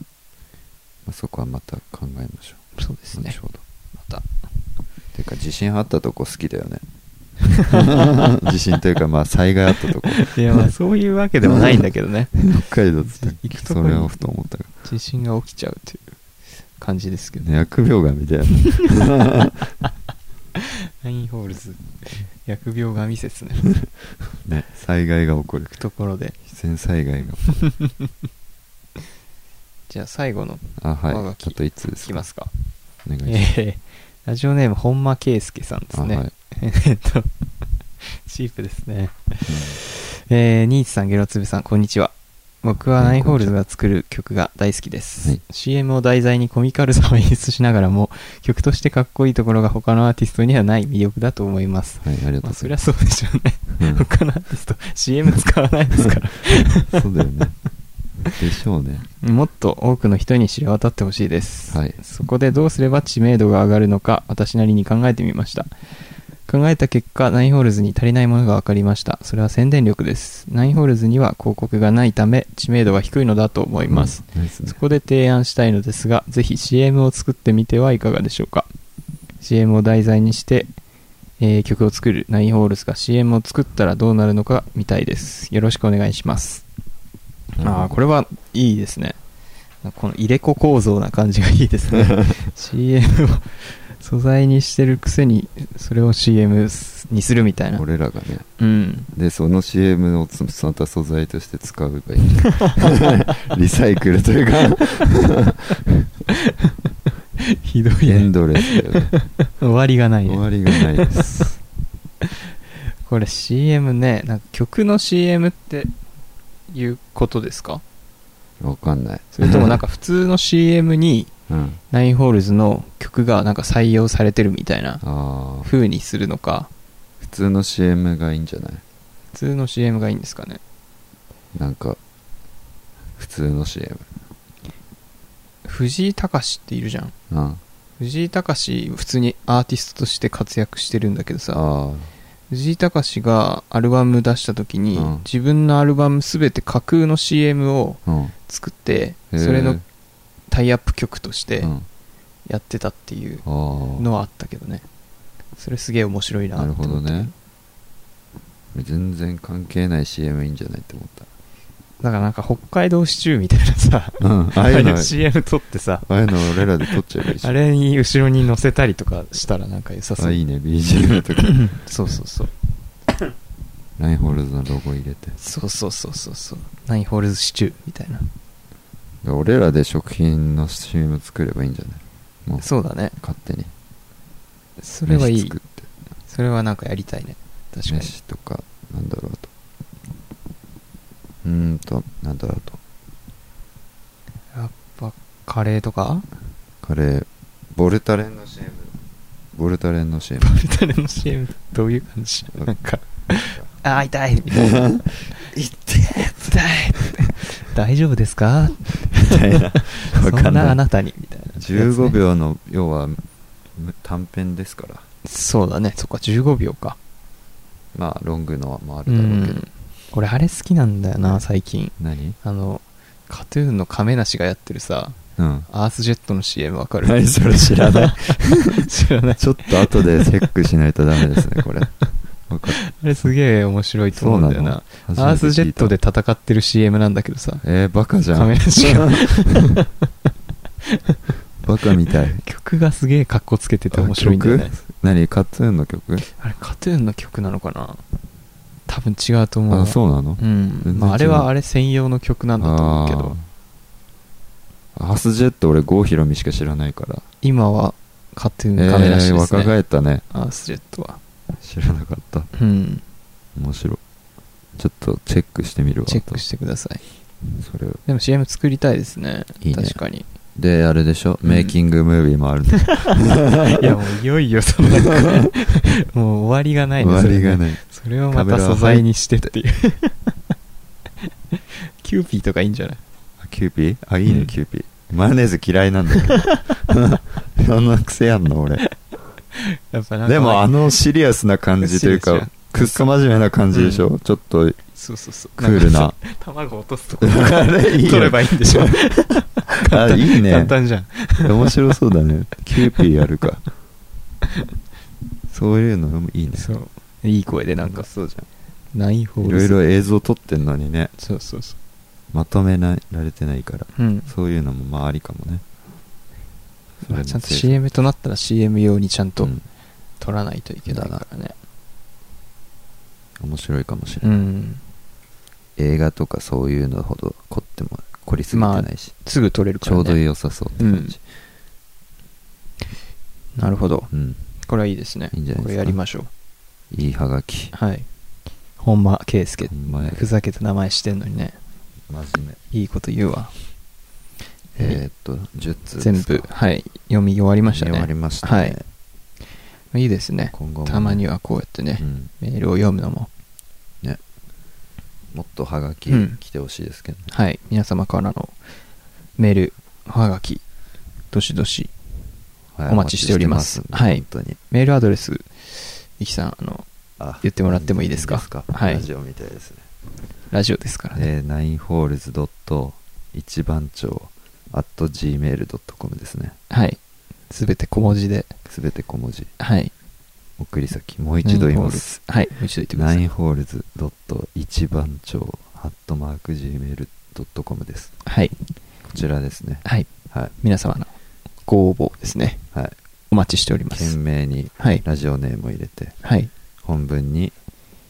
Speaker 3: まあ、そこはまた考えましょ
Speaker 4: そうです
Speaker 3: う
Speaker 4: ね
Speaker 3: 後ほど
Speaker 4: また
Speaker 3: てか地震あったとこ好きだ
Speaker 4: (laughs)
Speaker 3: よね地震というかまあ災害あったとこ
Speaker 4: いや (laughs) まあそういうわけでもないんだけどね
Speaker 3: 北海道っつったっけ
Speaker 4: 行くとこ
Speaker 3: そ
Speaker 4: に
Speaker 3: れをふと思ったが
Speaker 4: (laughs) 地震が起きちゃうという感じですけどね
Speaker 3: ね疫病神だよね
Speaker 4: ナインホールズ疫病神 (laughs) 説ね
Speaker 3: ね災害が起こる
Speaker 4: ところで
Speaker 3: 自然災害が起こる
Speaker 4: じゃあ最後の
Speaker 3: あ
Speaker 4: 我
Speaker 3: は
Speaker 4: が
Speaker 3: い
Speaker 4: き
Speaker 3: ちょっといつで
Speaker 4: い
Speaker 3: す
Speaker 4: き
Speaker 3: か
Speaker 4: ますか、
Speaker 3: お願いします、
Speaker 4: えー、ラジオネーム本間圭介さんですね、
Speaker 3: あはい
Speaker 4: えっとシープですねえー、ニーチさん、ゲロツブさん、こんにちは。僕はナインホールズが作る曲が大好きです。
Speaker 3: はい
Speaker 4: CM を題材にコミカルさを演出しながらも、曲としてかっこいいところが他のアーティストにはない魅力だと思います。
Speaker 3: はい、ありがと
Speaker 4: ま
Speaker 3: う
Speaker 4: あ、
Speaker 3: ござい
Speaker 4: そり
Speaker 3: ま
Speaker 4: ゃ
Speaker 3: す。
Speaker 4: そうでしょうね。
Speaker 3: うん
Speaker 4: 他のアーティスト、CM 使わないですから。
Speaker 3: そうだよね。でしょうね。
Speaker 4: もっと多くの人に知れ渡ってほしいです、
Speaker 3: はい
Speaker 4: そこでどうすれば知名度が上がるのか私なりに考えてみました考えた結果ナインホールズに足りないものが分かりましたそれは宣伝力ですナインホールズには広告がないため知名度が低いのだと思います、
Speaker 3: うん。ですね
Speaker 4: そ。こで提案したいのですがぜひ CM を作ってみてはいかがでしょうか CM を題材にしてえー曲を作るナインホールズが CM を作ったらどうなるのか見たいですよろしくお願いしますああこれはいいですねこの入れ子構造な感じがいいです
Speaker 3: (laughs)
Speaker 4: ね CM を素材にしてるくせにそれを CM にするみたいな
Speaker 3: 俺らがね
Speaker 4: うん
Speaker 3: でその CM をつまた素材として使えばいいんじゃない (laughs) リサイクルというか
Speaker 4: ひどい
Speaker 3: エ
Speaker 4: ね
Speaker 3: ンドレスだよね
Speaker 4: 終わりがない
Speaker 3: 終
Speaker 4: ね
Speaker 3: わりがないです
Speaker 4: これ CM ねなんか曲の CM っていうことですか
Speaker 3: わかんない
Speaker 4: それともなんか普通の CM に
Speaker 3: うん
Speaker 4: ナインホールズの曲がなんか採用されてるみたいな
Speaker 3: ああ
Speaker 4: 風にするのか
Speaker 3: 普通の CM がいいんじゃない
Speaker 4: 普通の CM がいいんですかね
Speaker 3: なんか普通の CM
Speaker 4: 藤井隆っているじゃん
Speaker 3: うんあ
Speaker 4: 藤井隆普通にアーティストとして活躍してるんだけどさ
Speaker 3: あ
Speaker 4: 藤井隆がアルバム出した時に、
Speaker 3: うん
Speaker 4: 自分のアルバム全て架空の CM を
Speaker 3: うん
Speaker 4: 作って
Speaker 3: へー
Speaker 4: それのタイアップ曲として
Speaker 3: うん
Speaker 4: やってたっていう
Speaker 3: あー
Speaker 4: のはあったけどねそれすげえ面白いな
Speaker 3: なる
Speaker 4: って
Speaker 3: ほ
Speaker 4: 思
Speaker 3: ど
Speaker 4: った
Speaker 3: ね全然関係ない CM いいんじゃないって思った
Speaker 4: だからなんか北海道シチューみたいな
Speaker 3: (laughs)
Speaker 4: さ
Speaker 3: うんあ
Speaker 4: (laughs) あ
Speaker 3: あいう
Speaker 4: れ
Speaker 3: の
Speaker 4: の CM 撮ってさ
Speaker 3: ああいうの俺らで撮っちゃえばいいし
Speaker 4: あれに後ろに載せたりとかしたらなんか良さそ
Speaker 3: あ
Speaker 4: う
Speaker 3: いいね BGM
Speaker 4: (laughs)
Speaker 3: とか
Speaker 4: そうそうそう
Speaker 3: ラインホールズのロゴ入れて
Speaker 4: そうそうそうそうそうナインホールズシチューみたいな
Speaker 3: 俺らで食品の CM 作ればいいんじゃないもう
Speaker 4: そうだね
Speaker 3: 勝手に
Speaker 4: それはい
Speaker 3: 飯
Speaker 4: い
Speaker 3: 作って
Speaker 4: それはなんかやりたいね確かに
Speaker 3: 飯とかなんだろうあとうーんとなんだろうあと
Speaker 4: やっぱカレーとか
Speaker 3: カレーボルタレンの CM ボルタレンの CM
Speaker 4: (laughs) 誰の CM どういう感じ
Speaker 3: うん
Speaker 4: なんかあー痛いみたいな痛い痛い大丈夫ですか
Speaker 3: みたいなわ
Speaker 4: そ
Speaker 3: か
Speaker 4: ん
Speaker 3: ん
Speaker 4: なあ
Speaker 3: ない
Speaker 4: なたにみたいなやつね、
Speaker 3: 15秒の要はむ短編ですから
Speaker 4: そうだねそっか15秒か
Speaker 3: まあロングのもあ
Speaker 4: う
Speaker 3: るだろうけど
Speaker 4: ん俺あれ好きなんだよな最近
Speaker 3: 何
Speaker 4: あのカトゥーンの亀梨がやってるさ
Speaker 3: うん
Speaker 4: アースジェットの CM わかる
Speaker 3: 何それ知らない
Speaker 4: (laughs) 知らない
Speaker 3: ちょっと後でチェックしないとダメですねこ
Speaker 4: (laughs)
Speaker 3: れわかっ
Speaker 4: あれすげえ面白いと思うんだよな
Speaker 3: そうなの
Speaker 4: アースジェットで戦ってる CM なんだけどさ
Speaker 3: えー、バカじゃん
Speaker 4: 亀梨が
Speaker 3: バカみたい
Speaker 4: 曲がすげえ格好つけてて面白いんだよね
Speaker 3: 何カッツンの曲
Speaker 4: あれカトゥーンの曲なのかな多分違うと思う
Speaker 3: あそうなの
Speaker 4: うん
Speaker 3: 全然違う
Speaker 4: まあ、あれはあれ専用の曲なんだと思うけど
Speaker 3: あーアースジェット俺郷ひろみしか知らないから
Speaker 4: 今はカトゥーン亀梨
Speaker 3: えー、
Speaker 4: です
Speaker 3: 若
Speaker 4: ね、
Speaker 3: 返ったね
Speaker 4: アースジェットは
Speaker 3: 知らなかった
Speaker 4: うん
Speaker 3: 面白いちょっとチェックしてみるわ
Speaker 4: チェックしてください
Speaker 3: あとそれ
Speaker 4: でも CM 作りたいですね
Speaker 3: いいね
Speaker 4: 確
Speaker 3: (laughs)
Speaker 4: かに
Speaker 3: であれでしょ、
Speaker 4: うん
Speaker 3: メイキングムービーもあるんだ
Speaker 4: いやもういよいよそのなんか (laughs) もう終わりが (laughs) ない
Speaker 3: 終
Speaker 4: ね
Speaker 3: わ
Speaker 4: それね
Speaker 3: りがない
Speaker 4: それをまた素材にし
Speaker 3: (laughs)
Speaker 4: てっていうキューピーとかいいんじゃない
Speaker 3: あキューピーあいいね、
Speaker 4: うん
Speaker 3: キューピーマヨネーズ嫌いなんだ
Speaker 4: (laughs)
Speaker 3: けどそんな癖あんの俺
Speaker 4: やっぱなんか
Speaker 3: でもあのシリアスな感じという
Speaker 4: シリア
Speaker 3: か
Speaker 4: スじ
Speaker 3: くっそ真面目な感じでしょ、ちょっと
Speaker 4: そうそうそう
Speaker 3: クール
Speaker 4: ん
Speaker 3: な
Speaker 4: かさ卵落とすとこ
Speaker 3: あ (laughs) れいいよ
Speaker 4: 取ればいいんでしょ
Speaker 3: (laughs) あいいね
Speaker 4: 簡単じゃん
Speaker 3: 面白そうだねキューピーやる
Speaker 4: (laughs)
Speaker 3: かそういうのもいいね
Speaker 4: そういい声でなん
Speaker 3: 楽
Speaker 4: か
Speaker 3: しそうじ
Speaker 4: ない
Speaker 3: ゃ
Speaker 4: 方
Speaker 3: んいろいろ映像撮ってんのにね
Speaker 4: そうそうそ
Speaker 3: まとめなられてないから
Speaker 4: ううん
Speaker 3: そういうのもまあありかもねそれ
Speaker 4: ま
Speaker 3: も
Speaker 4: あちゃんと
Speaker 3: 制作
Speaker 4: CM となったら CM 用にちゃん
Speaker 3: う
Speaker 4: と
Speaker 3: ん
Speaker 4: 取らないといけないからね
Speaker 3: 面白いかもしれ
Speaker 4: う
Speaker 3: ない、
Speaker 4: ん
Speaker 3: 映画とかそういうのほど凝っても凝りすぎてないし、
Speaker 4: すぐ取れるか
Speaker 3: ち
Speaker 4: ら
Speaker 3: ょう
Speaker 4: ね
Speaker 3: ど良さそうって感じ、
Speaker 4: なるほど
Speaker 3: うん
Speaker 4: これはいいですね
Speaker 3: いいんじゃないですか
Speaker 4: これやりましょう
Speaker 3: いいはがき
Speaker 4: はい本間圭介
Speaker 3: ほんまや
Speaker 4: ふざけた名前してんのにね
Speaker 3: 真面目
Speaker 4: いいこと言うわ
Speaker 3: えー、っと10通
Speaker 4: 全部はい読み終わりました
Speaker 3: 終わり
Speaker 4: ね
Speaker 3: ましたね、
Speaker 4: はいいいですね
Speaker 3: 今後もね
Speaker 4: たまにはこうやってね、
Speaker 3: うん
Speaker 4: メールを読むのも
Speaker 3: もっとはがき
Speaker 4: うん
Speaker 3: 来てほしいですけどね、
Speaker 4: はい皆様からのメールおはがきどしどし
Speaker 3: は
Speaker 4: お待ちしております
Speaker 3: お待ちしてます本当に
Speaker 4: メールアドレスいきさんあの
Speaker 3: あ
Speaker 4: 言ってもらってもいいですかはい
Speaker 3: ラジオみたいですね
Speaker 4: ラジオですからね、
Speaker 3: えー、ナインホールズドット一番町 at gmail.com ですね
Speaker 4: はいすべて小文字です
Speaker 3: べて小文字
Speaker 4: はい
Speaker 3: 送り先もう一度言います
Speaker 4: はい、もう一度言ってください。
Speaker 3: 9ホールズ一番町アットマーク Gmail.com です
Speaker 4: はい、
Speaker 3: こちらですね
Speaker 4: はい、
Speaker 3: はい
Speaker 4: 皆様のご応募ですね。
Speaker 3: はい
Speaker 4: お待ちしておりま
Speaker 3: 懸
Speaker 4: す。
Speaker 3: 命に
Speaker 4: はい
Speaker 3: ラジオネームを入れて
Speaker 4: はい、
Speaker 3: 本文に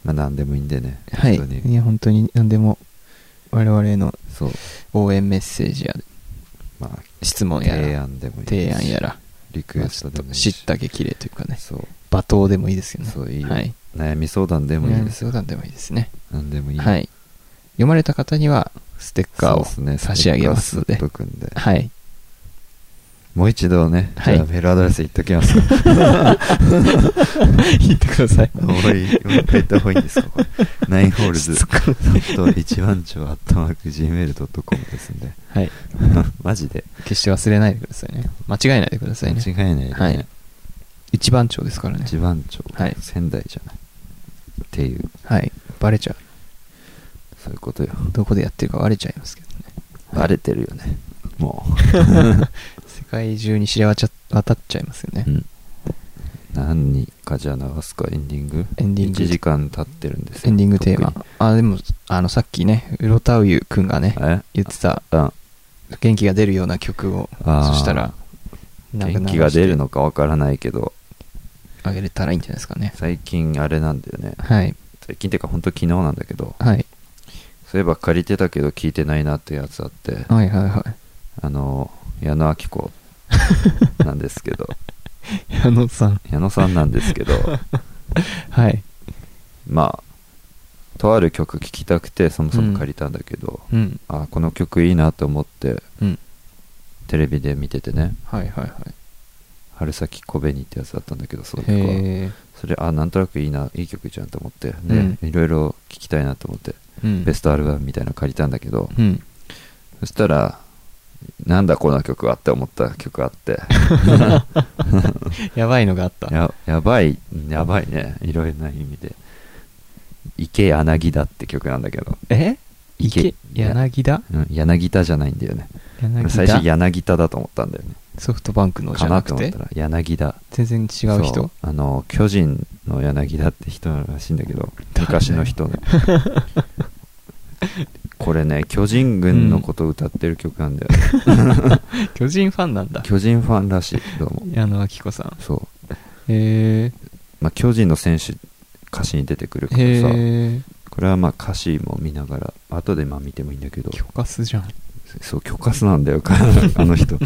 Speaker 3: まあ何でもいいんでね
Speaker 4: はい。
Speaker 3: 本当
Speaker 4: い
Speaker 3: に
Speaker 4: や、本当に何でも、我々への
Speaker 3: そう
Speaker 4: 応援メッセージや
Speaker 3: まあ
Speaker 4: 質問や
Speaker 3: 提
Speaker 4: ら、
Speaker 3: 案でもいいですし
Speaker 4: 提案やら、
Speaker 3: リクエストでもいい
Speaker 4: 知
Speaker 3: し
Speaker 4: った激励というかね、
Speaker 3: そう
Speaker 4: 罵倒でもいいですけどね。
Speaker 3: そういいよ
Speaker 4: はい。
Speaker 3: 悩み相談でもいいですよ
Speaker 4: 相談でもいいですね。
Speaker 3: 何でもいい
Speaker 4: はい。読まれた方には、ステッカーを
Speaker 3: そうですね
Speaker 4: 差し上げますので
Speaker 3: ステッカーを作っとくんで
Speaker 4: はい。 (laughs)
Speaker 3: もう一度ね、
Speaker 4: はい
Speaker 3: じゃあメールアドレス言っときます。
Speaker 4: (laughs) 言ってください。
Speaker 3: もう一回言った方がいいん
Speaker 4: (laughs)
Speaker 3: ですか、これ。ナインホールズ、
Speaker 4: しつこい
Speaker 3: と一番町アットマーク Gmail.com ですんで、
Speaker 4: はい。
Speaker 3: (laughs) マジで
Speaker 4: 決して忘れないでくださいね。間違えないでくださ
Speaker 3: 間
Speaker 4: いね。
Speaker 3: 違いないでね。
Speaker 4: はい一番町ですからね。
Speaker 3: 一番町、
Speaker 4: はい
Speaker 3: 仙台じゃない。っていう、
Speaker 4: はい。バレちゃ
Speaker 3: そういうことよ。
Speaker 4: う。どこでやってるかバレちゃいますけどね。
Speaker 3: バレてるよね。も
Speaker 4: 世界中に知れ渡っちゃ渡っちゃいますよね
Speaker 3: う。う。ん何にかじゃあ流すか、エンディング
Speaker 4: エンディング
Speaker 3: 1時間経ってるんですよ
Speaker 4: エンディングテーマ
Speaker 3: 特に。
Speaker 4: あ、でも、あの、さっきね、うろたうゆくんがね、
Speaker 3: え
Speaker 4: 言ってた、
Speaker 3: あ
Speaker 4: 元気が出るような曲を、
Speaker 3: あー
Speaker 4: そしたら、なんか
Speaker 3: 元
Speaker 4: 流
Speaker 3: 気が出る
Speaker 4: して
Speaker 3: のかわからないけど、
Speaker 4: あげれたらいいんじゃないですかね。
Speaker 3: 最近あれなんだよね。
Speaker 4: はい。
Speaker 3: 最近っていうか本当昨日なんだけど、
Speaker 4: はい。
Speaker 3: そういえば借りてたけど聞いてないなっていうやつあって、
Speaker 4: はいはいは
Speaker 3: あの、矢野明子なんですけ
Speaker 4: (laughs)
Speaker 3: ど、
Speaker 4: い。矢野さん。
Speaker 3: 矢野さんなんですけど、
Speaker 4: はい。
Speaker 3: まあ、とある曲聴きたくてそもそも借りたんだけど、
Speaker 4: うん。
Speaker 3: あこの曲いいなと思って
Speaker 4: うん。
Speaker 3: テレビで見ててね
Speaker 4: はいはいはい。
Speaker 3: 「春先小紅」ってやつだったんだけどその曲は
Speaker 4: へ
Speaker 3: それあなんとなくいいないい曲じゃんと思って
Speaker 4: う
Speaker 3: で
Speaker 4: ん
Speaker 3: いろいろ聴きたいなと思って、
Speaker 4: ー。
Speaker 3: ベストアルバムみたいなの借りたんだけど、
Speaker 4: ト。うん。
Speaker 3: そしたらなんだこの曲はって思った曲あって
Speaker 4: やばいのがあった。
Speaker 3: ややばいやばいねいろいろな意味で「池柳田」って曲なんだけど
Speaker 4: え
Speaker 3: 池
Speaker 4: 池柳田
Speaker 3: うん柳田じゃないんだよね
Speaker 4: 柳
Speaker 3: 最初
Speaker 4: 田
Speaker 3: 柳田だと思ったんだよね
Speaker 4: ソフトバンクのじ
Speaker 3: か
Speaker 4: ゃ
Speaker 3: な
Speaker 4: な
Speaker 3: と
Speaker 4: く
Speaker 3: 思ってたら柳田
Speaker 4: 全然違う
Speaker 3: そ
Speaker 4: 人
Speaker 3: あの巨人の柳田って人らしいんだけど昔の人ねこれね巨人軍のことを歌ってる曲なんだよね、
Speaker 4: 巨人ファンなんだ
Speaker 3: 巨人ファンらしいどうも
Speaker 4: 矢野明子さん
Speaker 3: そう
Speaker 4: へ
Speaker 3: まあ、巨人の選手歌詞に出てくるか
Speaker 4: え
Speaker 3: らさ
Speaker 4: へえ
Speaker 3: これはまあ歌詞も見ながら後でまあ見てもいいんだけど
Speaker 4: 許可すじゃん
Speaker 3: そう許可数なんだよあの人こ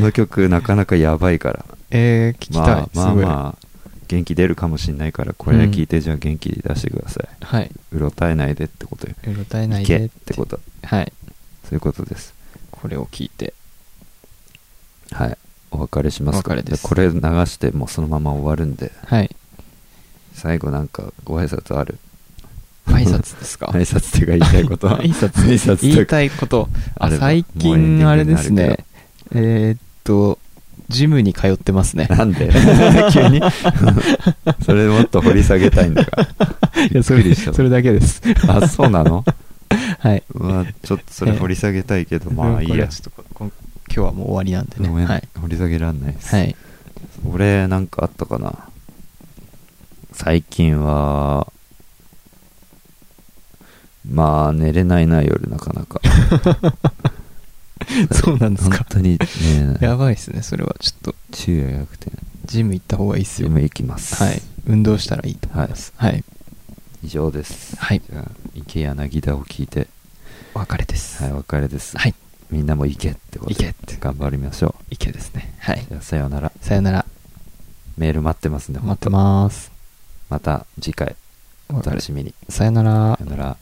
Speaker 3: の曲なかなかやばいから
Speaker 4: えー、聞きたい、
Speaker 3: まあ
Speaker 4: す
Speaker 3: まあ
Speaker 4: ごい、
Speaker 3: まあ元気出るかもしんないからこれ聞いてじゃあ元気出してください、
Speaker 4: はいう
Speaker 3: ろたえないでってことよ
Speaker 4: うろたえないい
Speaker 3: け
Speaker 4: で
Speaker 3: ってこと
Speaker 4: はい
Speaker 3: そういうことです
Speaker 4: これを聞いて
Speaker 3: はいお別れしますか
Speaker 4: お別れです
Speaker 3: これ流してもうそのまま終わるんで
Speaker 4: はい
Speaker 3: 最後なんかご挨拶ある
Speaker 4: 挨拶ですか
Speaker 3: (laughs) 挨拶っていうか言いたいこと
Speaker 4: (laughs) 挨
Speaker 3: 挨
Speaker 4: 拶
Speaker 3: 拶というか
Speaker 4: 言いたいこと
Speaker 3: あ
Speaker 4: あ
Speaker 3: ればもうエ
Speaker 4: 最
Speaker 3: ンディン
Speaker 4: 近
Speaker 3: グ
Speaker 4: あれです
Speaker 3: になるけ
Speaker 4: ねえー、っとジムに通ってますね
Speaker 3: なん
Speaker 4: (laughs)
Speaker 3: で急にそれもっと掘り下げたいんだが。
Speaker 4: いやそ
Speaker 3: びっく
Speaker 4: れ
Speaker 3: りした
Speaker 4: それだけです
Speaker 3: あ、そうなの (laughs)
Speaker 4: はい
Speaker 3: まあちょっとそれ掘り下げたいけど、まあいい
Speaker 4: これは
Speaker 3: や。
Speaker 4: ちょっとここん今日はもう終わりなんで
Speaker 3: ごめ
Speaker 4: ね
Speaker 3: ん、
Speaker 4: はい
Speaker 3: 掘り下げらんないです。 (laughs)
Speaker 4: はい
Speaker 3: 俺、なんかあったかな最近は、まあ寝れないな、夜なかなか。
Speaker 4: そうなんですか
Speaker 3: 本当にね、
Speaker 4: やばいですね、それは。ちょっと、
Speaker 3: 昼夜逆転。
Speaker 4: ジム行った方がいいっす
Speaker 3: で
Speaker 4: よ。
Speaker 3: も行きます。
Speaker 4: はい。運動したらいいと思います。はい。
Speaker 3: 以上です。
Speaker 4: はい
Speaker 3: じゃあ、池柳田を聞いて、
Speaker 4: お別れです。
Speaker 3: はい、お別れです。
Speaker 4: はい。
Speaker 3: みんなも行けってことで
Speaker 4: 行けって
Speaker 3: 頑張りましょう。
Speaker 4: 池ですね。はい
Speaker 3: じ。ゃあ、さようなら。
Speaker 4: さよなら。
Speaker 3: メール待ってますんで、
Speaker 4: 待って
Speaker 3: す。
Speaker 4: ます。
Speaker 3: また次回、お楽しみに。
Speaker 4: さよなら
Speaker 3: さよ。なら。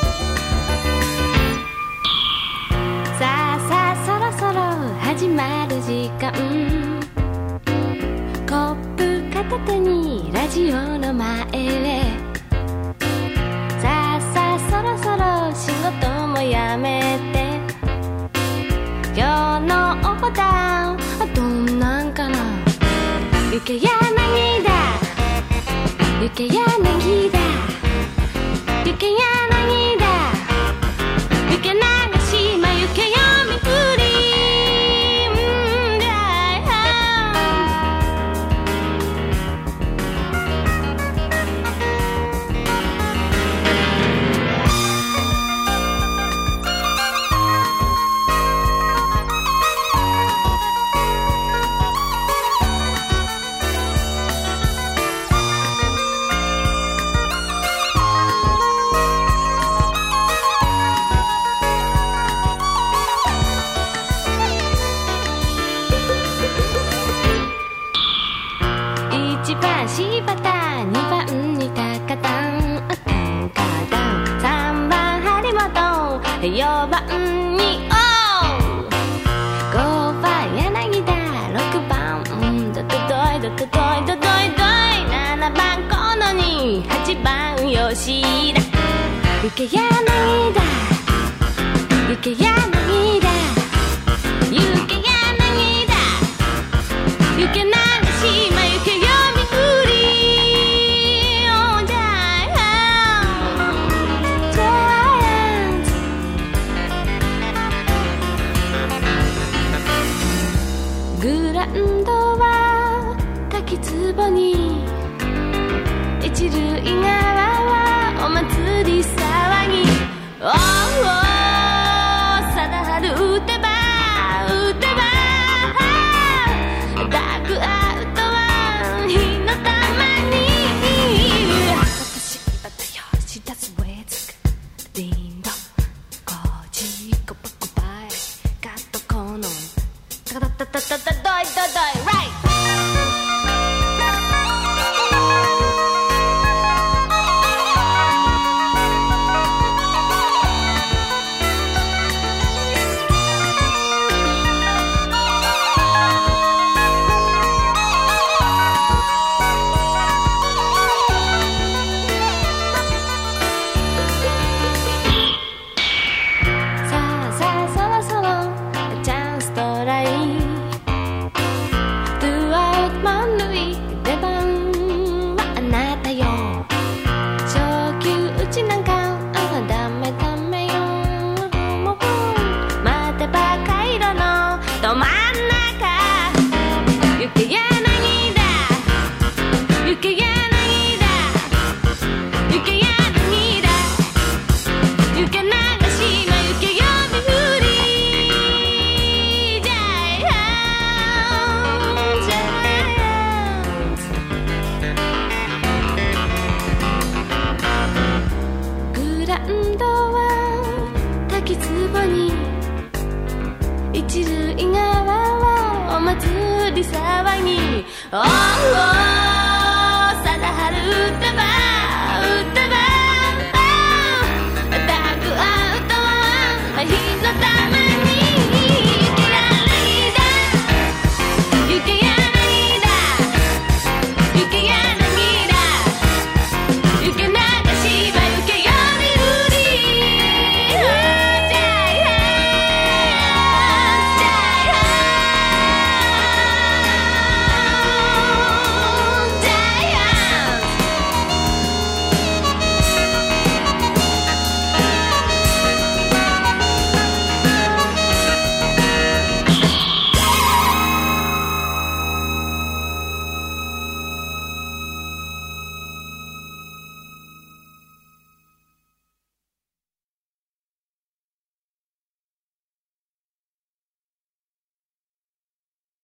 Speaker 9: 「
Speaker 10: け柳だゆけ柳だゆけ柳だゆけ流しまゆけ読みふりんだ一番柴田二番に高田高田三番張本四番に王五番柳田六番うんどどどいどどどいどどいどい七番このに八番吉田ゆけ柳田ゆけ柳田ゆけ柳田ゆけながしまゆけよみふりおじゃいジャイアンツグランドは滝壺に一塁側はお祭り騒ぎおうおう貞治打てば打てばダークアウトは火の玉に私は手をし出すウェズリンドコジコパコパイガットコノタタタタタタドイドドイライトさあさあそろそろチャンストライツーアウト満塁出番はあなたよ初球打ちなんかあダメダメよもう待てば回路のど真ん中行け柳だ行け柳だ行け柳だゆけ流しまゆけよみふりジャイアンジャイアンツグランドは滝壺に一塁側はお祭り騒ぎおうおう